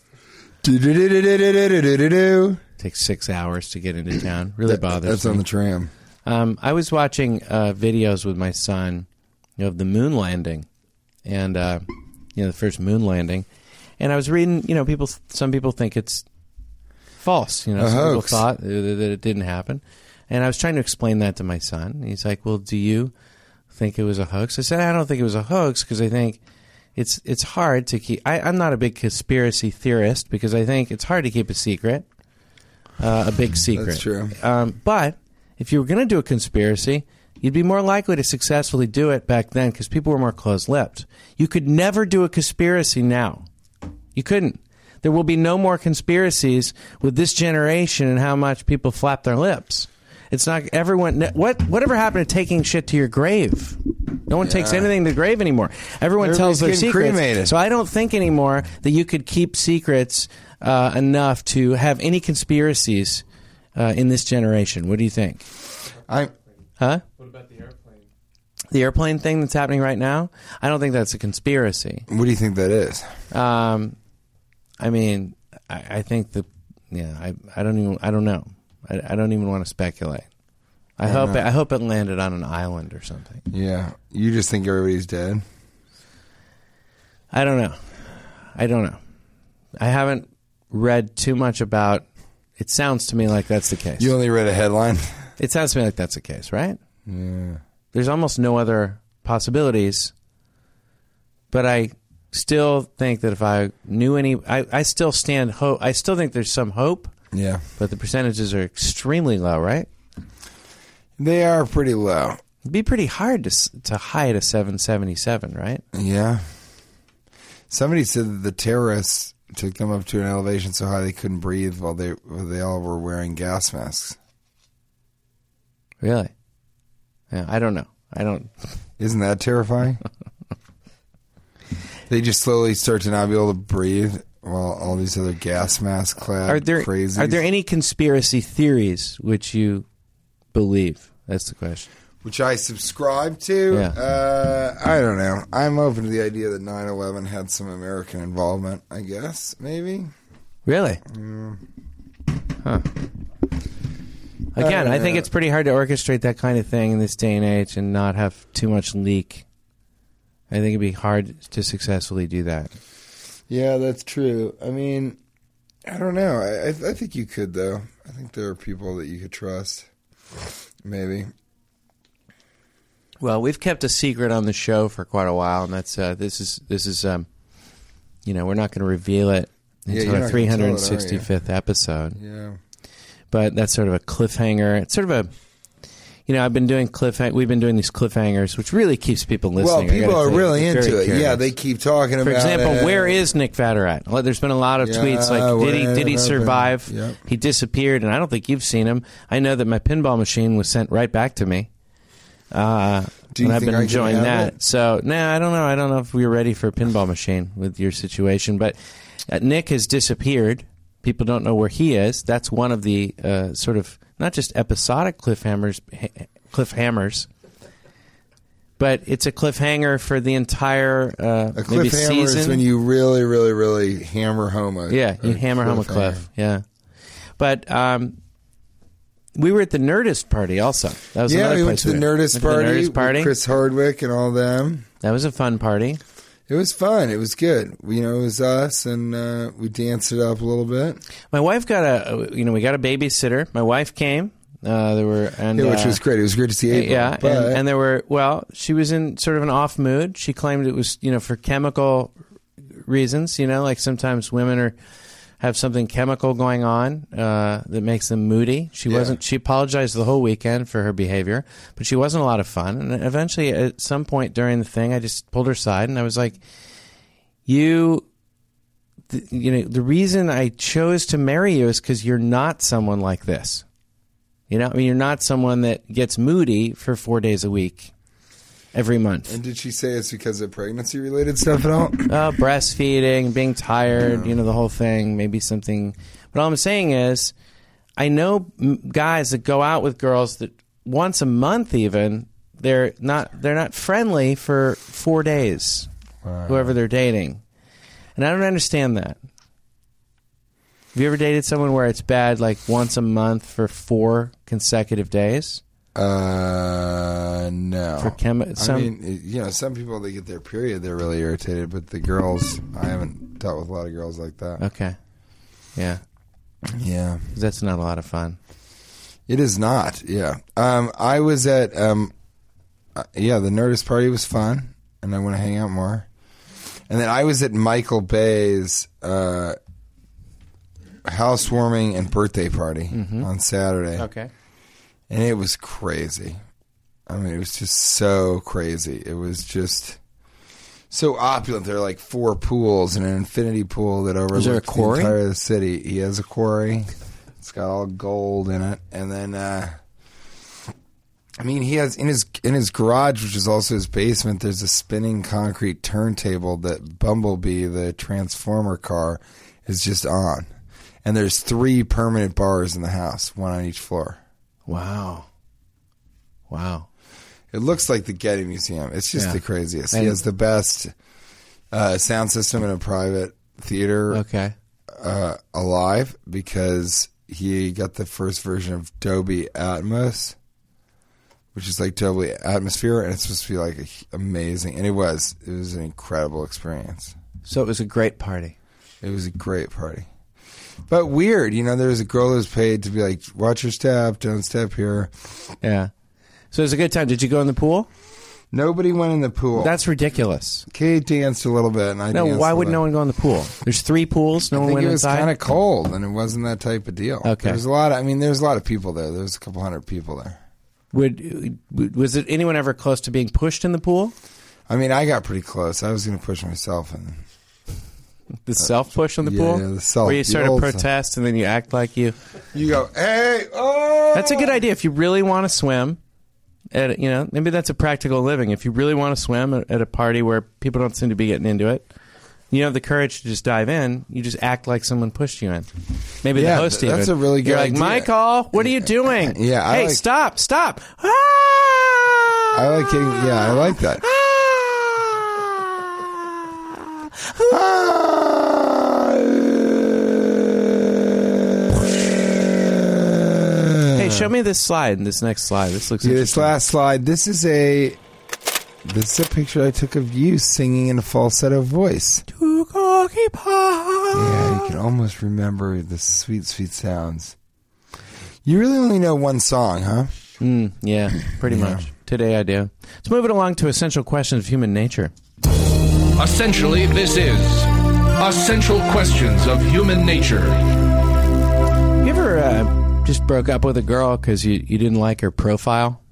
S4: Do-do-do-do-do-do-do-do-do.
S3: Takes six hours to get into town. Really bothers
S4: That's
S3: me.
S4: on the tram.
S3: Um, I was watching uh, videos with my son of the moon landing, and uh, you know the first moon landing, and I was reading. You know, people. Some people think it's false. You know,
S4: A
S3: some people
S4: hoax.
S3: thought uh, that it didn't happen, and I was trying to explain that to my son. And He's like, "Well, do you think it was a hoax?" I said, "I don't think it was a hoax because I think." It's it's hard to keep. I, I'm not a big conspiracy theorist because I think it's hard to keep a secret, uh, a big secret.
S4: true.
S3: Um, but if you were going to do a conspiracy, you'd be more likely to successfully do it back then because people were more closed lipped. You could never do a conspiracy now. You couldn't. There will be no more conspiracies with this generation and how much people flap their lips. It's not everyone. What whatever happened to taking shit to your grave? No one takes anything to the grave anymore. Everyone tells
S4: Everybody's
S3: their
S4: getting
S3: secrets.
S4: cremated.
S3: So I don't think anymore that you could keep secrets uh, enough to have any conspiracies uh, in this generation. What do you think?
S4: I
S3: Huh? What about the airplane? The airplane thing that's happening right now? I don't think that's a conspiracy.
S4: what do you think that is?
S3: Um, I mean, I, I think the yeah. I, I don't even I don't know. I, I don't even want to speculate. I, hope it, I hope it landed on an island or something.
S4: Yeah, you just think everybody's dead.
S3: I don't know. I don't know. I haven't read too much about. It sounds to me like that's the case.
S4: You only read a headline.
S3: It sounds to me like that's the case, right? Yeah. There's almost no other possibilities. But I still think that if I knew any, I, I still stand hope. I still think there's some hope,
S4: Yeah,
S3: but the percentages are extremely low, right?
S4: they are pretty low.
S3: It'd be pretty hard to s- to hide a 777, right?
S4: Yeah. Somebody said that the terrorists took them up to an elevation so high they couldn't breathe while they while they all were wearing gas masks.
S3: Really? Yeah, I don't know. I don't.
S4: Isn't that terrifying? they just slowly start to not be able to breathe while all these other gas mask clad
S3: Are there
S4: crazies.
S3: are there any conspiracy theories which you believe? That's the question.
S4: which I subscribe to.
S3: Yeah.
S4: Uh, I don't know. I'm open to the idea that 9/11 had some American involvement. I guess maybe.
S3: Really? Mm. Huh. Again, I think
S4: Uh,
S3: it's pretty hard to orchestrate that kind of thing in this day and age and not have too much leak. I think it'd be hard to successfully do that.
S4: Yeah, that's true. I mean, I don't know. I, I, I think you could though. I think there are people that you could trust. Maybe.
S3: Well, we've kept a secret on the show for quite a while, and that's uh, this is this is um, you know we're not going to reveal it
S4: Yeah,
S3: until
S4: you're
S3: our
S4: not
S3: three
S4: gonna tell it,
S3: hundred
S4: are
S3: and
S4: you?
S3: sixty fifth episode.
S4: Yeah.
S3: but that's sort of a cliffhanger. It's sort of a, you know, I've been doing cliffhang. We've been doing these cliffhangers, which really keeps people
S4: Well,
S3: listening. I
S4: people
S3: gotta
S4: are
S3: tell you,
S4: really
S3: they're
S4: into
S3: very
S4: it. Yeah,
S3: curious.
S4: they keep talking about.
S3: For example,
S4: it.
S3: where is Nick Vatter at? Well, there's been a lot of
S4: Yeah,
S3: tweets like, did he
S4: where
S3: did he
S4: have I
S3: survive?
S4: been? Yep.
S3: He disappeared, and I don't think you've seen him. I know that my pinball machine was sent right back to me. Uh,
S4: Do you
S3: and I've
S4: think
S3: been
S4: I can
S3: enjoying
S4: have
S3: that.
S4: it?
S3: So, nah, I don't know. I don't know if we are ready for a pinball machine with your situation, but uh, Nick has disappeared. People don't know where he is. That's one of the uh, sort of not just episodic cliffhammers, ha- cliffhammers, but it's a cliffhanger for the entire uh,
S4: A
S3: maybe
S4: cliffhanger
S3: season.
S4: is when you really, really, really hammer home a
S3: Yeah, you hammer home a cliff. Yeah, but um, we were at the Nerdist party also. That was
S4: Yeah,
S3: another
S4: we went
S3: place
S4: to the
S3: were.
S4: Nerdist
S3: Went to the
S4: party,
S3: Nerdist
S4: with
S3: party.
S4: Chris Hardwick and all them.
S3: That was a fun party.
S4: It was fun. It was good. You know, it was us, and uh, we danced it up a little bit,
S3: My wife got a you know we got a babysitter. My wife came. Uh, there were and
S4: yeah, which
S3: uh,
S4: was great. It was great to see. April,
S3: yeah,
S4: but
S3: and, and there were well, she was in sort of an off mood. She claimed it was you know for chemical reasons. You know, like sometimes women are have something chemical going on uh, that makes them moody. She
S4: Yeah.
S3: wasn't. She apologized the whole weekend for her behavior, but she wasn't a lot of fun. And eventually, at some point during the thing, I just pulled her aside and I was like, "You." th- You know, the reason I chose to marry you is because you're not someone like this. You know, I mean, you're not someone that gets moody for four days a week, every month.
S4: And did she say it's because of pregnancy related stuff at all?
S3: Uh, breastfeeding, being tired, you know, the whole thing, maybe something. But all I'm saying is, I know m- guys that go out with girls that once a month, even they're not they're not friendly for four days, whoever they're dating, and I don't understand that. Have you ever dated someone where it's bad like once a month for four consecutive days?
S4: Uh, no.
S3: For chemi-
S4: I
S3: some-
S4: mean, it- you know, some people they get their period, they're really irritated, but the girls, I haven't dealt with a lot of girls like that.
S3: Okay. Yeah.
S4: Yeah,
S3: 'Cause That's not a lot of fun.
S4: it is not. Yeah, um, I was at um, uh, yeah, the Nerdist party was fun, and I want to hang out more. And then I was at Michael Bay's uh, housewarming and birthday party on Saturday.
S3: Okay.
S4: and it was crazy. I mean, it was just so crazy. It was just so opulent. There are like four pools and an infinity pool that overlooks
S3: there a quarry?
S4: the entire city. He has a quarry. It's got all gold in it, and then uh, I mean, he has in his in his garage, which is also his basement. There's a spinning concrete turntable that Bumblebee, the Transformer car, is just on, and there's three permanent bars in the house, one on each floor.
S3: Wow. Wow.
S4: It looks like the Getty Museum. It's just
S3: Yeah.
S4: the craziest.
S3: And-
S4: he has the best uh, sound system in a private theater
S3: Okay.
S4: uh, alive because he got the first version of Dolby Atmos, which is like Dolby Atmosphere, and it's supposed to be like a- amazing. And it was. It was an incredible experience.
S3: So it was a great party.
S4: It was a great party. But weird, you know, there was a girl who was paid to be like, watch your step, don't step here.
S3: Yeah. So it was a good time. Did you go in the pool?
S4: Nobody went in the pool.
S3: That's ridiculous.
S4: Kate danced a little bit, and I
S3: No,
S4: danced
S3: why
S4: a
S3: would
S4: little.
S3: no one go in the pool? There's three pools. No
S4: I
S3: one
S4: think
S3: went
S4: it was
S3: inside.
S4: kind of cold, and it wasn't that type of deal.
S3: Okay.
S4: there's a lot. Of, I mean, there's a lot of people there. There was a couple hundred people there.
S3: Would would- was it anyone ever close to being pushed in the pool?
S4: I mean, I got pretty close. I was going to push myself, and
S3: The self push in the
S4: yeah,
S3: pool,
S4: Uh, yeah, the self-
S3: where you
S4: the
S3: sort of
S4: old
S3: protest and then you act like you.
S4: you go, "Hey, oh!"
S3: That's a good idea if you really want to swim. At you know maybe that's a practical living. If you really want to swim at, at a party where people don't seem to be getting into it, you have the courage to just dive in. You just act like someone pushed you in. Maybe
S4: Yeah,
S3: the host.
S4: th- that's
S3: even.
S4: a really good
S3: You're like
S4: idea.
S3: Michael. What are you doing?
S4: Yeah, I
S3: hey,
S4: like-
S3: stop, stop. Ah!
S4: I like getting. Yeah, I like that.
S3: Hey, show me this slide. This next slide. This looks.
S4: Yeah, this
S3: interesting.
S4: last slide. This is a. This is a picture I took of you singing in a falsetto voice. Yeah, you can almost remember the sweet, sweet sounds. You really only know one song, huh?
S3: Mm, yeah, pretty much. Today I do. Let's move it along to essential questions of human nature.
S5: Essentially, this is Essential Questions of Human Nature.
S3: You ever uh, just broke up with a girl because you, you didn't like her profile?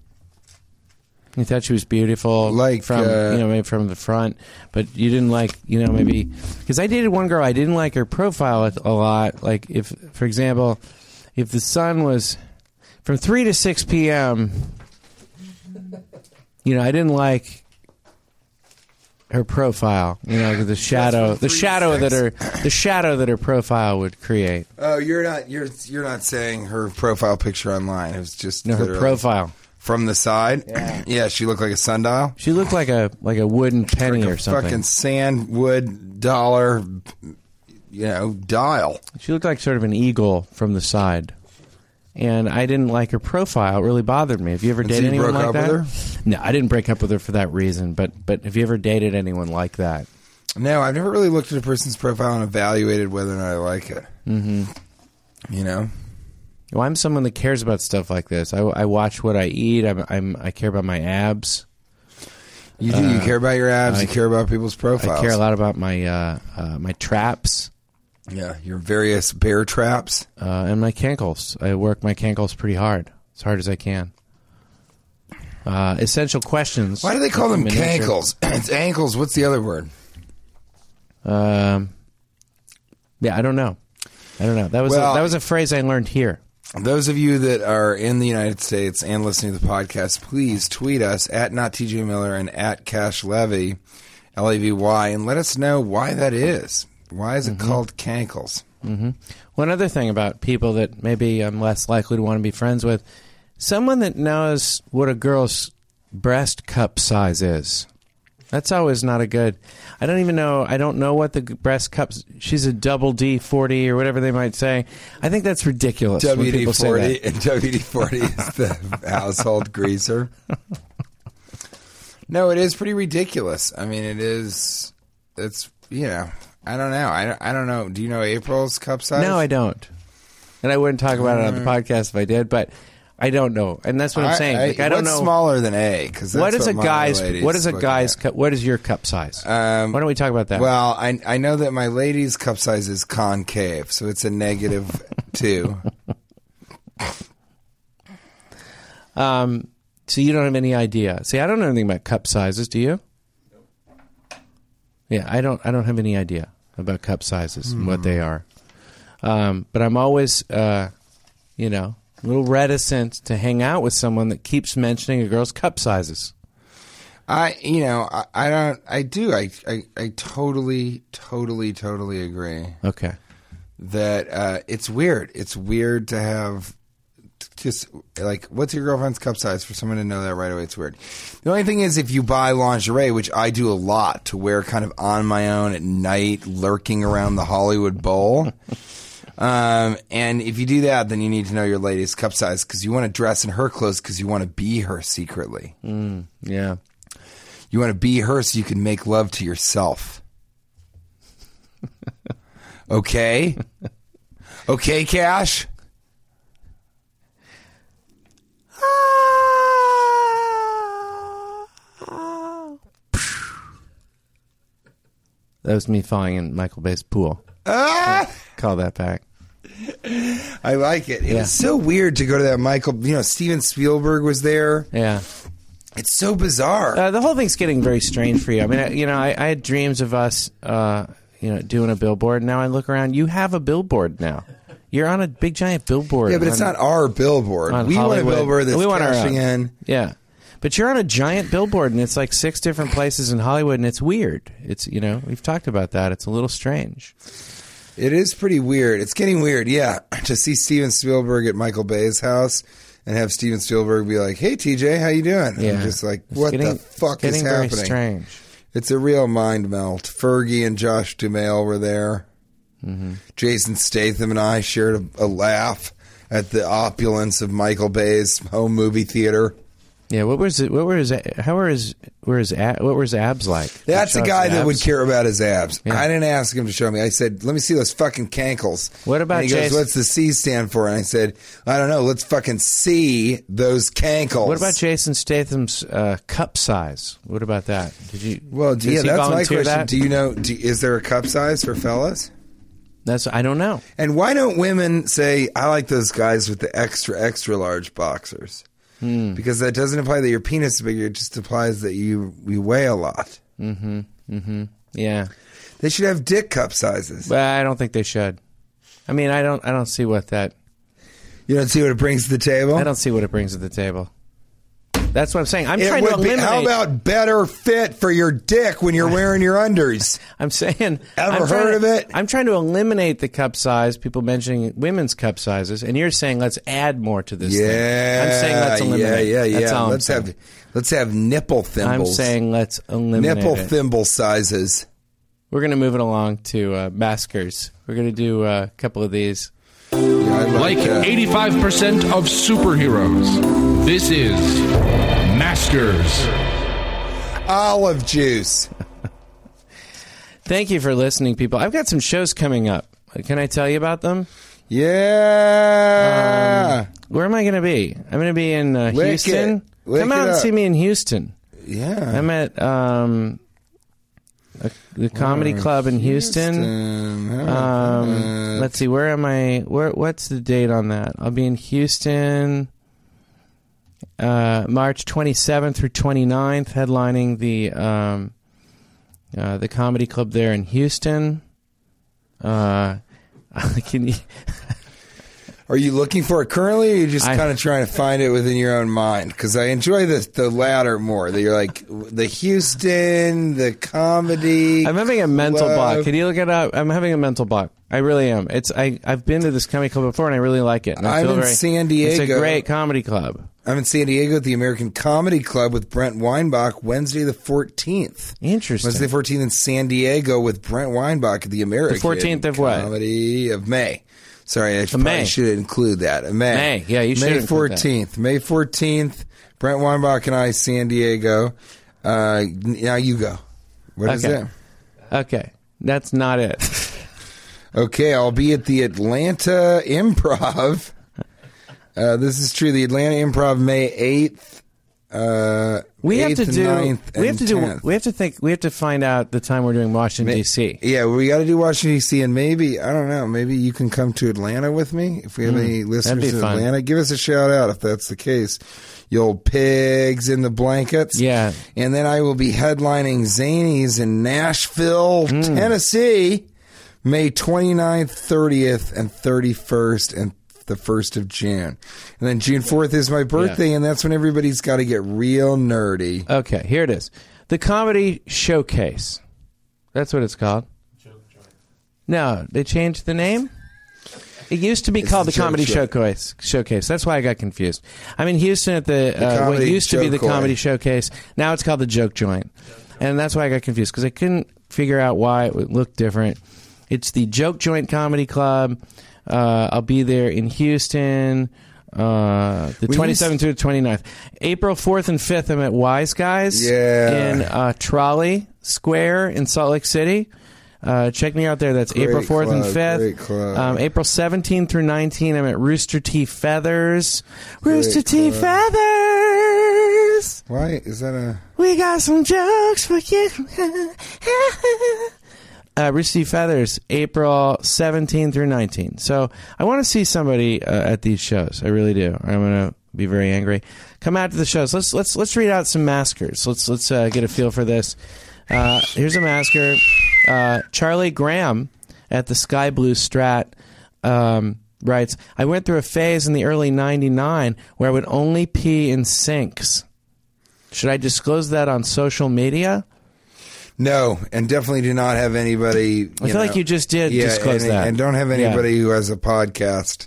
S3: You thought she was beautiful,
S4: Like,
S3: from
S4: uh,
S3: you know maybe from the front, but you didn't like you know maybe because I dated one girl I didn't like her profile a a lot. Like if, for example, if the sun was from three to six p.m., you know I didn't like her profile. You know the shadow, the
S4: three to
S3: shadow that
S4: six.
S3: her the shadow that her profile would create.
S4: Oh, you're not you're you're not saying her profile picture online. It was just
S3: You know, her
S4: literally
S3: profile.
S4: from the side. Yeah, she looked like a sundial,
S3: She looked like a like a wooden penny
S4: Like a
S3: or something.
S4: fucking sandwood dollar, you know, dial.
S3: She looked like sort of an eagle from the side. And I didn't like her profile. It really bothered me. Have you ever
S4: And so
S3: dated
S4: you
S3: anyone
S4: broke
S3: like
S4: up
S3: that?
S4: with
S3: No, I didn't break up with her for that reason. But but have you ever dated anyone like that?
S4: No, I've never really looked at a person's profile and evaluated whether or not I like it. Mm-hmm. You know,
S3: Well, I'm someone that cares about stuff like this. I, I watch what I eat. I'm, I'm I care about my abs.
S4: you do. you care about your abs. you care about people's profiles.
S3: I Uh, care a lot about my uh, uh, my traps
S4: Yeah, your various bear traps.
S3: uh, and my cankles. I work my cankles pretty hard, as hard as I can. Uh, essential questions.
S4: Why do they call them
S3: Human nature.
S4: cankles? it's ankles. What's the other word?
S3: Um, yeah, I don't know. I don't know. That was
S4: Well-
S3: a, that was a phrase I learned here.
S4: Those of you that are in the United States and listening to the podcast, please tweet us at not TJ Miller and at Cash Levy, L A V Y, and let us know why that is. Why is it
S3: Mm-hmm.
S4: called cankles?
S3: One other thing about people that maybe I'm less likely to want to be friends with, someone that knows what a girl's breast cup size is. That's always not a good. I don't even know. I don't know what the g- breast cups. She's a double D forty or whatever they might say. I think that's ridiculous. when people
S4: WD
S3: say
S4: forty
S3: that.
S4: and WD forty is the household greaser. No, it is pretty ridiculous. I mean, it is. It's you know, I don't know. I don't, I don't know. Do you know April's cup size?
S3: No, I don't. And I wouldn't talk about it
S4: Mm.
S3: on the podcast if I did. But I don't know. And that's what I'm saying. Like, I, don't
S4: what's
S3: know.
S4: smaller than A? Because
S3: what is a guy's what is a guy's cup what is your cup size
S4: Um,
S3: why don't we talk about that
S4: Well, I I know that my lady's cup size is concave, so it's a negative two.
S3: um, so you don't have any idea see i don't know anything about cup sizes do you Yeah, I don't. I don't have any idea about cup sizes and what they
S4: Hmm.
S3: are. Um, but I'm always, uh, you know, a little reticent to hang out with someone that keeps mentioning a girl's cup sizes.
S4: I, you know, I, I don't, I do, I, I, I totally, totally, totally agree
S3: Okay.
S4: that uh, it's weird. It's weird to have just like, what's your girlfriend's cup size for someone to know that right away? It's weird. The only thing is, if you buy lingerie, which I do a lot to wear kind of on my own at night, lurking around the Hollywood Bowl. Um, and if you do that, then you need to know your lady's cup size because you want to dress in her clothes because you want to be her secretly.
S3: Yeah.
S4: You want to be her so you can make love to yourself. Okay? Okay, Cash?
S3: That was me falling in Michael Bay's pool.
S4: Ah!
S3: Call that back.
S4: I like it. It
S3: Yeah.
S4: was so weird to go to that Michael, you know, Steven Spielberg was there.
S3: Yeah.
S4: It's so bizarre.
S3: Uh, the whole thing's getting very strange for you. I mean, I, you know, I, I had dreams of us, uh, you know, doing a billboard. Now I look around. You have a billboard now. You're on a big giant billboard.
S4: yeah, but it's
S3: on-
S4: not our billboard.
S3: on
S4: We
S3: Hollywood.
S4: want a billboard that's
S3: We want our
S4: cashing
S3: own.
S4: in.
S3: Yeah. But you're on a giant billboard and it's like six different places in Hollywood and it's weird. It's, you know, we've talked about that. It's a little strange.
S4: It is pretty weird. It's getting weird, yeah. To see Steven Spielberg at Michael Bay's house and have Steven Spielberg be like, "Hey, TJ, how you doing?"
S3: Yeah.
S4: I'm just like,
S3: It's
S4: "What
S3: getting-
S4: the fuck
S3: it's
S4: is
S3: getting very
S4: happening?"
S3: strange.
S4: It's a real mind melt. Fergie and Josh Duhamel were there.
S3: Mm-hmm.
S4: Jason Statham and I shared a, a laugh at the opulence of Michael Bay's home movie theater.
S3: Yeah. What was it? What were his, how were his, were his, ab- what were his abs like?
S4: That's a
S3: Chuck's
S4: guy that
S3: abs?
S4: would care about his abs.
S3: Yeah.
S4: I didn't ask him to show me. I said, "Let me see those fucking cankles."
S3: What about
S4: And he goes,
S3: Jason-
S4: "What's the C stand for?" And I said, "I don't know. Let's fucking see those cankles."
S3: What about Jason Statham's uh, cup size? What about that? Did you?
S4: Well, do,
S3: does
S4: yeah,
S3: he
S4: that's my
S3: volunteer
S4: question.
S3: That?
S4: Do you know? Do, is there a cup size for fellas?
S3: that's I don't know.
S4: And why don't women say, "I like those guys with the extra extra large boxers"?
S3: Hmm.
S4: Because that doesn't imply that your penis is bigger. It just implies that you you weigh a lot.
S3: Yeah,
S4: They should have dick cup sizes.
S3: but I don't think they should. I mean, I don't. I don't see what that.
S4: You don't see what it brings to the table.
S3: I don't see what it brings to the table. That's what I'm saying. I'm
S4: It
S3: trying to
S4: would be-
S3: eliminate.
S4: how about better fit for your dick when you're wearing your unders?
S3: I'm saying.
S4: Ever
S3: I'm trying
S4: heard
S3: to-
S4: of it?
S3: I'm trying to eliminate the cup size. People mentioning women's cup sizes, and you're saying let's add more to this. thing.
S4: Yeah,
S3: I'm saying let's eliminate.
S4: Yeah, yeah, yeah.
S3: That's all I'm
S4: let's
S3: saying.
S4: have let's have nipple
S3: I'm
S4: thimbles.
S3: saying let's eliminate
S4: nipple
S3: it.
S4: thimble sizes.
S3: We're gonna move it along to uh, maskers. We're gonna do uh, a couple of these.
S4: Yeah, I
S5: Like
S4: that.
S5: 85% of superheroes, this is Masters.
S4: uh, olive juice.
S3: Thank you for listening, people. I've got some shows coming up. Uh, Can I tell you about them? Um,
S4: Yeah,
S3: Where am I going to be? I'm going to be in uh,
S4: Lick
S3: Houston.
S4: it. Lick
S3: Come
S4: it
S3: out and
S4: up. Uh-huh.
S3: see me in Houston.
S4: yeah.
S3: I'm at um, a, the comedy club in Houston.
S4: Um, Uh,
S3: Um, let's see. Where am I? Where? What's the date on that? I'll be in Houston, uh, March 27th through 29th, headlining the um, uh, the comedy club there in Houston. Uh, can you?
S4: Are you looking for it currently, or are you just
S3: I-
S4: kind of trying to find it within your own mind? Because I enjoy the the latter more. That you're like the Houston, the comedy.
S3: I'm having a mental
S4: club.
S3: block. Can you look it up? I'm having a mental block. I really am. It's I. I've been to this comedy club before, and I really like it. and I
S4: I'm
S3: feel
S4: in
S3: very-
S4: San
S3: It's
S4: Diego.
S3: a great comedy club.
S4: I'm in San Diego at the American Comedy Club with Brent Weinbach Wednesday the 14th.
S3: Interesting.
S4: Wednesday the 14th in San Diego with Brent Weinbach at the American
S3: 14th of what?
S4: Comedy of May. Sorry, I probably
S3: May.
S4: should include that. Of May.
S3: May. Yeah, you should
S4: May
S3: include that.
S4: 14th. May 14th. Brent Weinbach and I, San Diego. Uh, now you go. What is
S3: Okay.
S4: it?
S3: Okay, that's not it.
S4: Okay, I'll be at the Atlanta Improv. Uh, this is true. The Atlanta Improv, May 8th. uh,
S3: We have to
S4: 8th,
S3: do.
S4: 9th,
S3: we
S4: and
S3: have to do.
S4: 10th.
S3: We have to think. We have to find out the time we're doing Washington D.C.
S4: Yeah, we got to do Washington D.C. and maybe I don't know. Maybe you can come to Atlanta with me if we have any
S3: Hmm, be
S4: listeners in
S3: fun.
S4: Atlanta. Give us a shout out if that's the case. You old pigs in the blankets.
S3: Yeah.
S4: and then I will be headlining Zanies in Nashville,
S3: Hmm.
S4: Tennessee, May 29th, 30th, and 31st, and the 1st of June. And then June 4th is my birthday, and that's when everybody's got to get real nerdy.
S3: Okay, here it is. The comedy showcase. That's what it's called. No, they changed the name. It used to be called
S4: the
S3: the, Comedy
S4: Show-
S3: Showcase. Showcase. That's why I got confused. I'm in Houston at the, uh, what
S4: Comedy
S3: used to be the
S4: Joke
S3: Comedy
S4: Joint.
S3: Showcase. Now it's called the Joke Joint, and that's why I got confused because I couldn't figure out why it would look different. It's the Joke Joint Comedy Club. Uh, I'll be there in Houston. Uh, the
S4: We
S3: twenty seventh through the 29th. April 4th and 5th, I'm at Wise Guys
S4: Yeah.
S3: in uh, Trolley Square in Salt Lake City. Uh, check me out there. That's April 4th and
S4: club,
S3: 5th.
S4: great club.
S3: Um, April 17th through 19th, I'm at Rooster Teeth Feathers. Rooster Teeth Feathers!
S4: Why? Is that a.
S3: We got some jokes for you. uh, Rooster Teeth Feathers, April 17th through 19th. So I want to see somebody uh, at these shows. I really do. I'm going to be very angry. Come out to the shows. Let's let's let's read out some maskers. Let's let's uh, get a feel for this. Uh, here's a masker. Uh, Charlie Graham at the Sky Blue Strat um, writes, I went through a phase in the early 99 where I would only pee in sinks. Should I disclose that on social media?
S4: No, and definitely do not have anybody.
S3: I feel like you just did
S4: yeah,
S3: disclose
S4: and,
S3: that.
S4: and don't have
S3: Yeah.
S4: anybody who has a podcast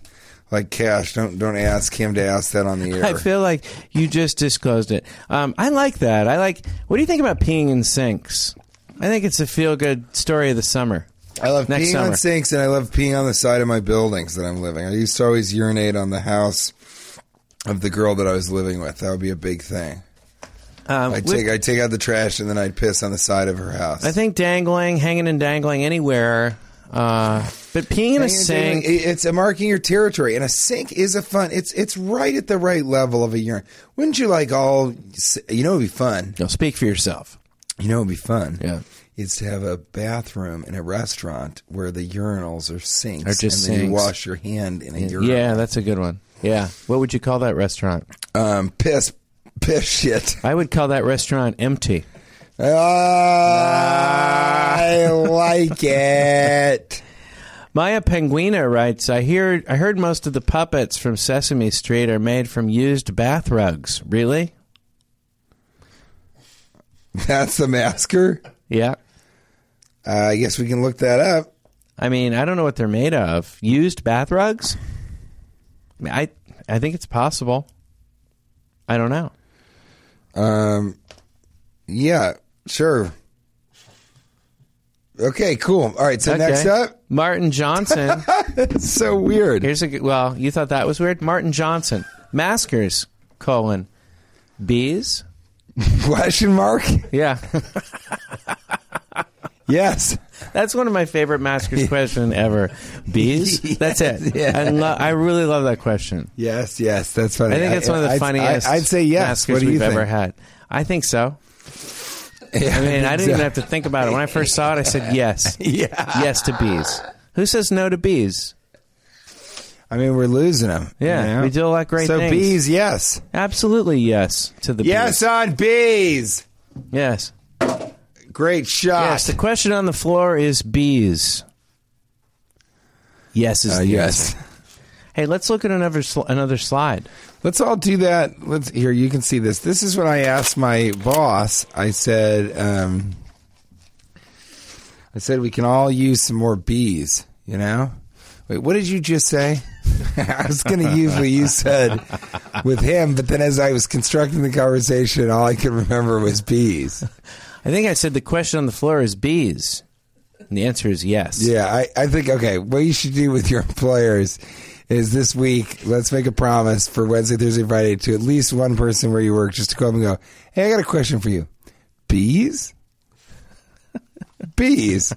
S4: like Cash. Don't don't ask him to ask that on the air.
S3: I feel like you just disclosed it. Um, I like that. I like. What do you think about peeing in sinks? I think it's a feel-good story of the summer.
S4: I love
S3: Next
S4: peeing
S3: summer.
S4: on sinks, and I love peeing on the side of my buildings that I'm living. I used to always urinate on the house of the girl that I was living with. That would be a big thing.
S3: Um,
S4: I
S3: with-
S4: take I take out the trash, and then I'd piss on the side of her house.
S3: I think dangling, hanging, and dangling anywhere. Uh, but peeing in a
S4: Hanging and doing-
S3: sink.
S4: it- It's a marking your territory, and a sink is a fun. It's it's right at the right level of a urine. Wouldn't you like all? You know, it'd be fun.
S3: No, speak for yourself.
S4: You know, it'd be fun.
S3: Yeah.
S4: is to have a bathroom in a restaurant where the urinals are sinks,
S3: Are just
S4: and then you
S3: sinks.
S4: wash your hand in a urinal.
S3: Yeah, that's a good one. Yeah. What would you call that restaurant?
S4: um, piss, piss, shit.
S3: I would call that restaurant empty. Ah.
S4: I like it.
S3: Maya Penguina writes, I hear I heard most of the puppets from Sesame Street are made from used bath rugs. Really?
S4: That's the masker.
S3: Yeah.
S4: Uh, I guess we can look that up.
S3: I mean, I don't know what they're made of. Used bath rugs? I mean, I, I think it's possible. I don't know.
S4: Um, yeah, sure. Okay, cool. All right, so
S3: Okay.
S4: next up,
S3: Martin Johnson.
S4: it's so weird.
S3: Here's a good- well, you thought that was weird. Martin Johnson. Maskers, colon. Bees?
S4: Question mark?
S3: Yeah.
S4: Yes.
S3: That's one of my favorite maskers question ever. Bees? That's it.
S4: Yeah.
S3: I, lo- I really love that question.
S4: Yes, yes, that's funny.
S3: I think it's one of the
S4: I'd-
S3: funniest.
S4: I'd, say yes.
S3: maskers
S4: What do you
S3: we've
S4: think?
S3: ever had. I think so.
S4: Yeah,
S3: I mean, I didn't
S4: so.
S3: even have to think about it. When I first saw it, I said yes,
S4: Yeah.
S3: yes to bees. Who says no to bees?
S4: I mean, we're losing them.
S3: Yeah, we do a lot of great
S4: so
S3: things.
S4: bees, yes,
S3: Absolutely yes to the
S4: yes uh,
S3: bees.
S4: on bees.
S3: Yes,
S4: Great shot.
S3: yes. The question on the floor is bees. Yes is
S4: Uh,
S3: the
S4: yes.
S3: answer. Hey, let's look at another sl- another slide.
S4: Let's all do that. Let's here. You can see this. This is what I asked my boss. I said, um, I said we can all use some more bees. You know. Wait, what did you just say? I was going to use what you said with him, but then as I was constructing the conversation, all I could remember was bees.
S3: I think I said the question on the floor is bees, and the answer is yes.
S4: Yeah, I, I think okay. What you should do with your employers is this week. Let's make a promise for Wednesday, Thursday, Friday to at least one person where you work, just to go up and go. Hey, I got a question for you. Bees. Bees.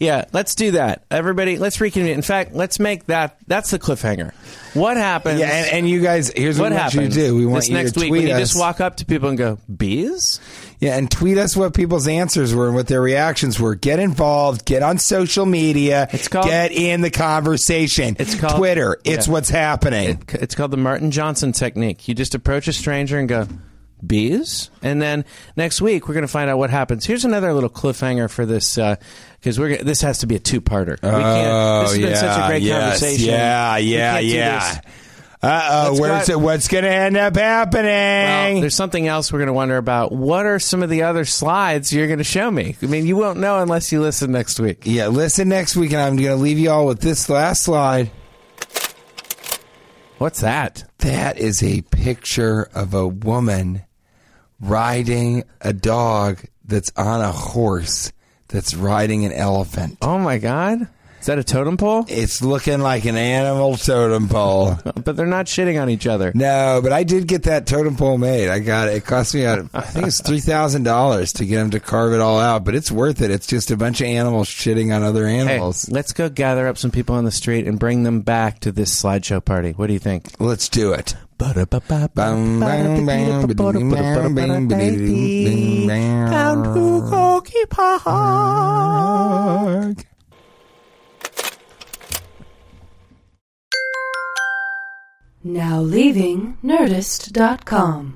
S3: Yeah, let's do that. Everybody, let's reconvene. In fact, let's make that. That's the cliffhanger. What happens?
S4: Yeah, and, and you guys, here's what,
S3: what
S4: we want
S3: happens?
S4: you to do. We want
S3: this
S4: you
S3: next
S4: to tweet
S3: week. When
S4: us.
S3: you just walk up to people and go, "Bees."
S4: Yeah, and tweet us what people's answers were and what their reactions were. Get involved. Get on social media.
S3: It's called-
S4: get in the conversation.
S3: It's called-
S4: Twitter. It's
S3: Yeah.
S4: what's happening.
S3: C- It's called the Martin Johnson technique. You just approach a stranger and go, bees? And then next week, we're going to find out what happens. Here's another little cliffhanger for this, because we're gonna, this has to be a two parter. we can't, this has been such a great
S4: Oh, Ah, yes,
S3: conversation.
S4: Yeah,
S3: We
S4: yeah,
S3: can't do
S4: yeah.
S3: this.
S4: Uh oh,
S3: Let's
S4: where's
S3: go-
S4: it? What's going to end up happening?
S3: Well, there's something else we're going to wonder about. What are some of the other slides you're going to show me? I mean, you won't know unless you listen next week.
S4: yeah, listen next week, and I'm going to leave you all with this last slide.
S3: What's that?
S4: That is a picture of a woman riding a dog that's on a horse that's riding an elephant.
S3: Oh my God. Is that a totem pole?
S4: It's looking like an animal totem pole.
S3: But they're not shitting on each other.
S4: No, but I did get that totem pole made. I got it. It cost me, I think it's three thousand dollars to get him to carve it all out, but it's worth it. It's just a bunch of animals shitting on other
S3: Hey,
S4: animals.
S3: let's go gather up some people on the street and bring them back to this slideshow party. What do you think?
S4: Let's do it. Bum, bum, bum, ba-dum, bum, bum, bum, ba-dum, bum.
S3: And who go keep a heart?
S2: Now leaving Nerdist.com.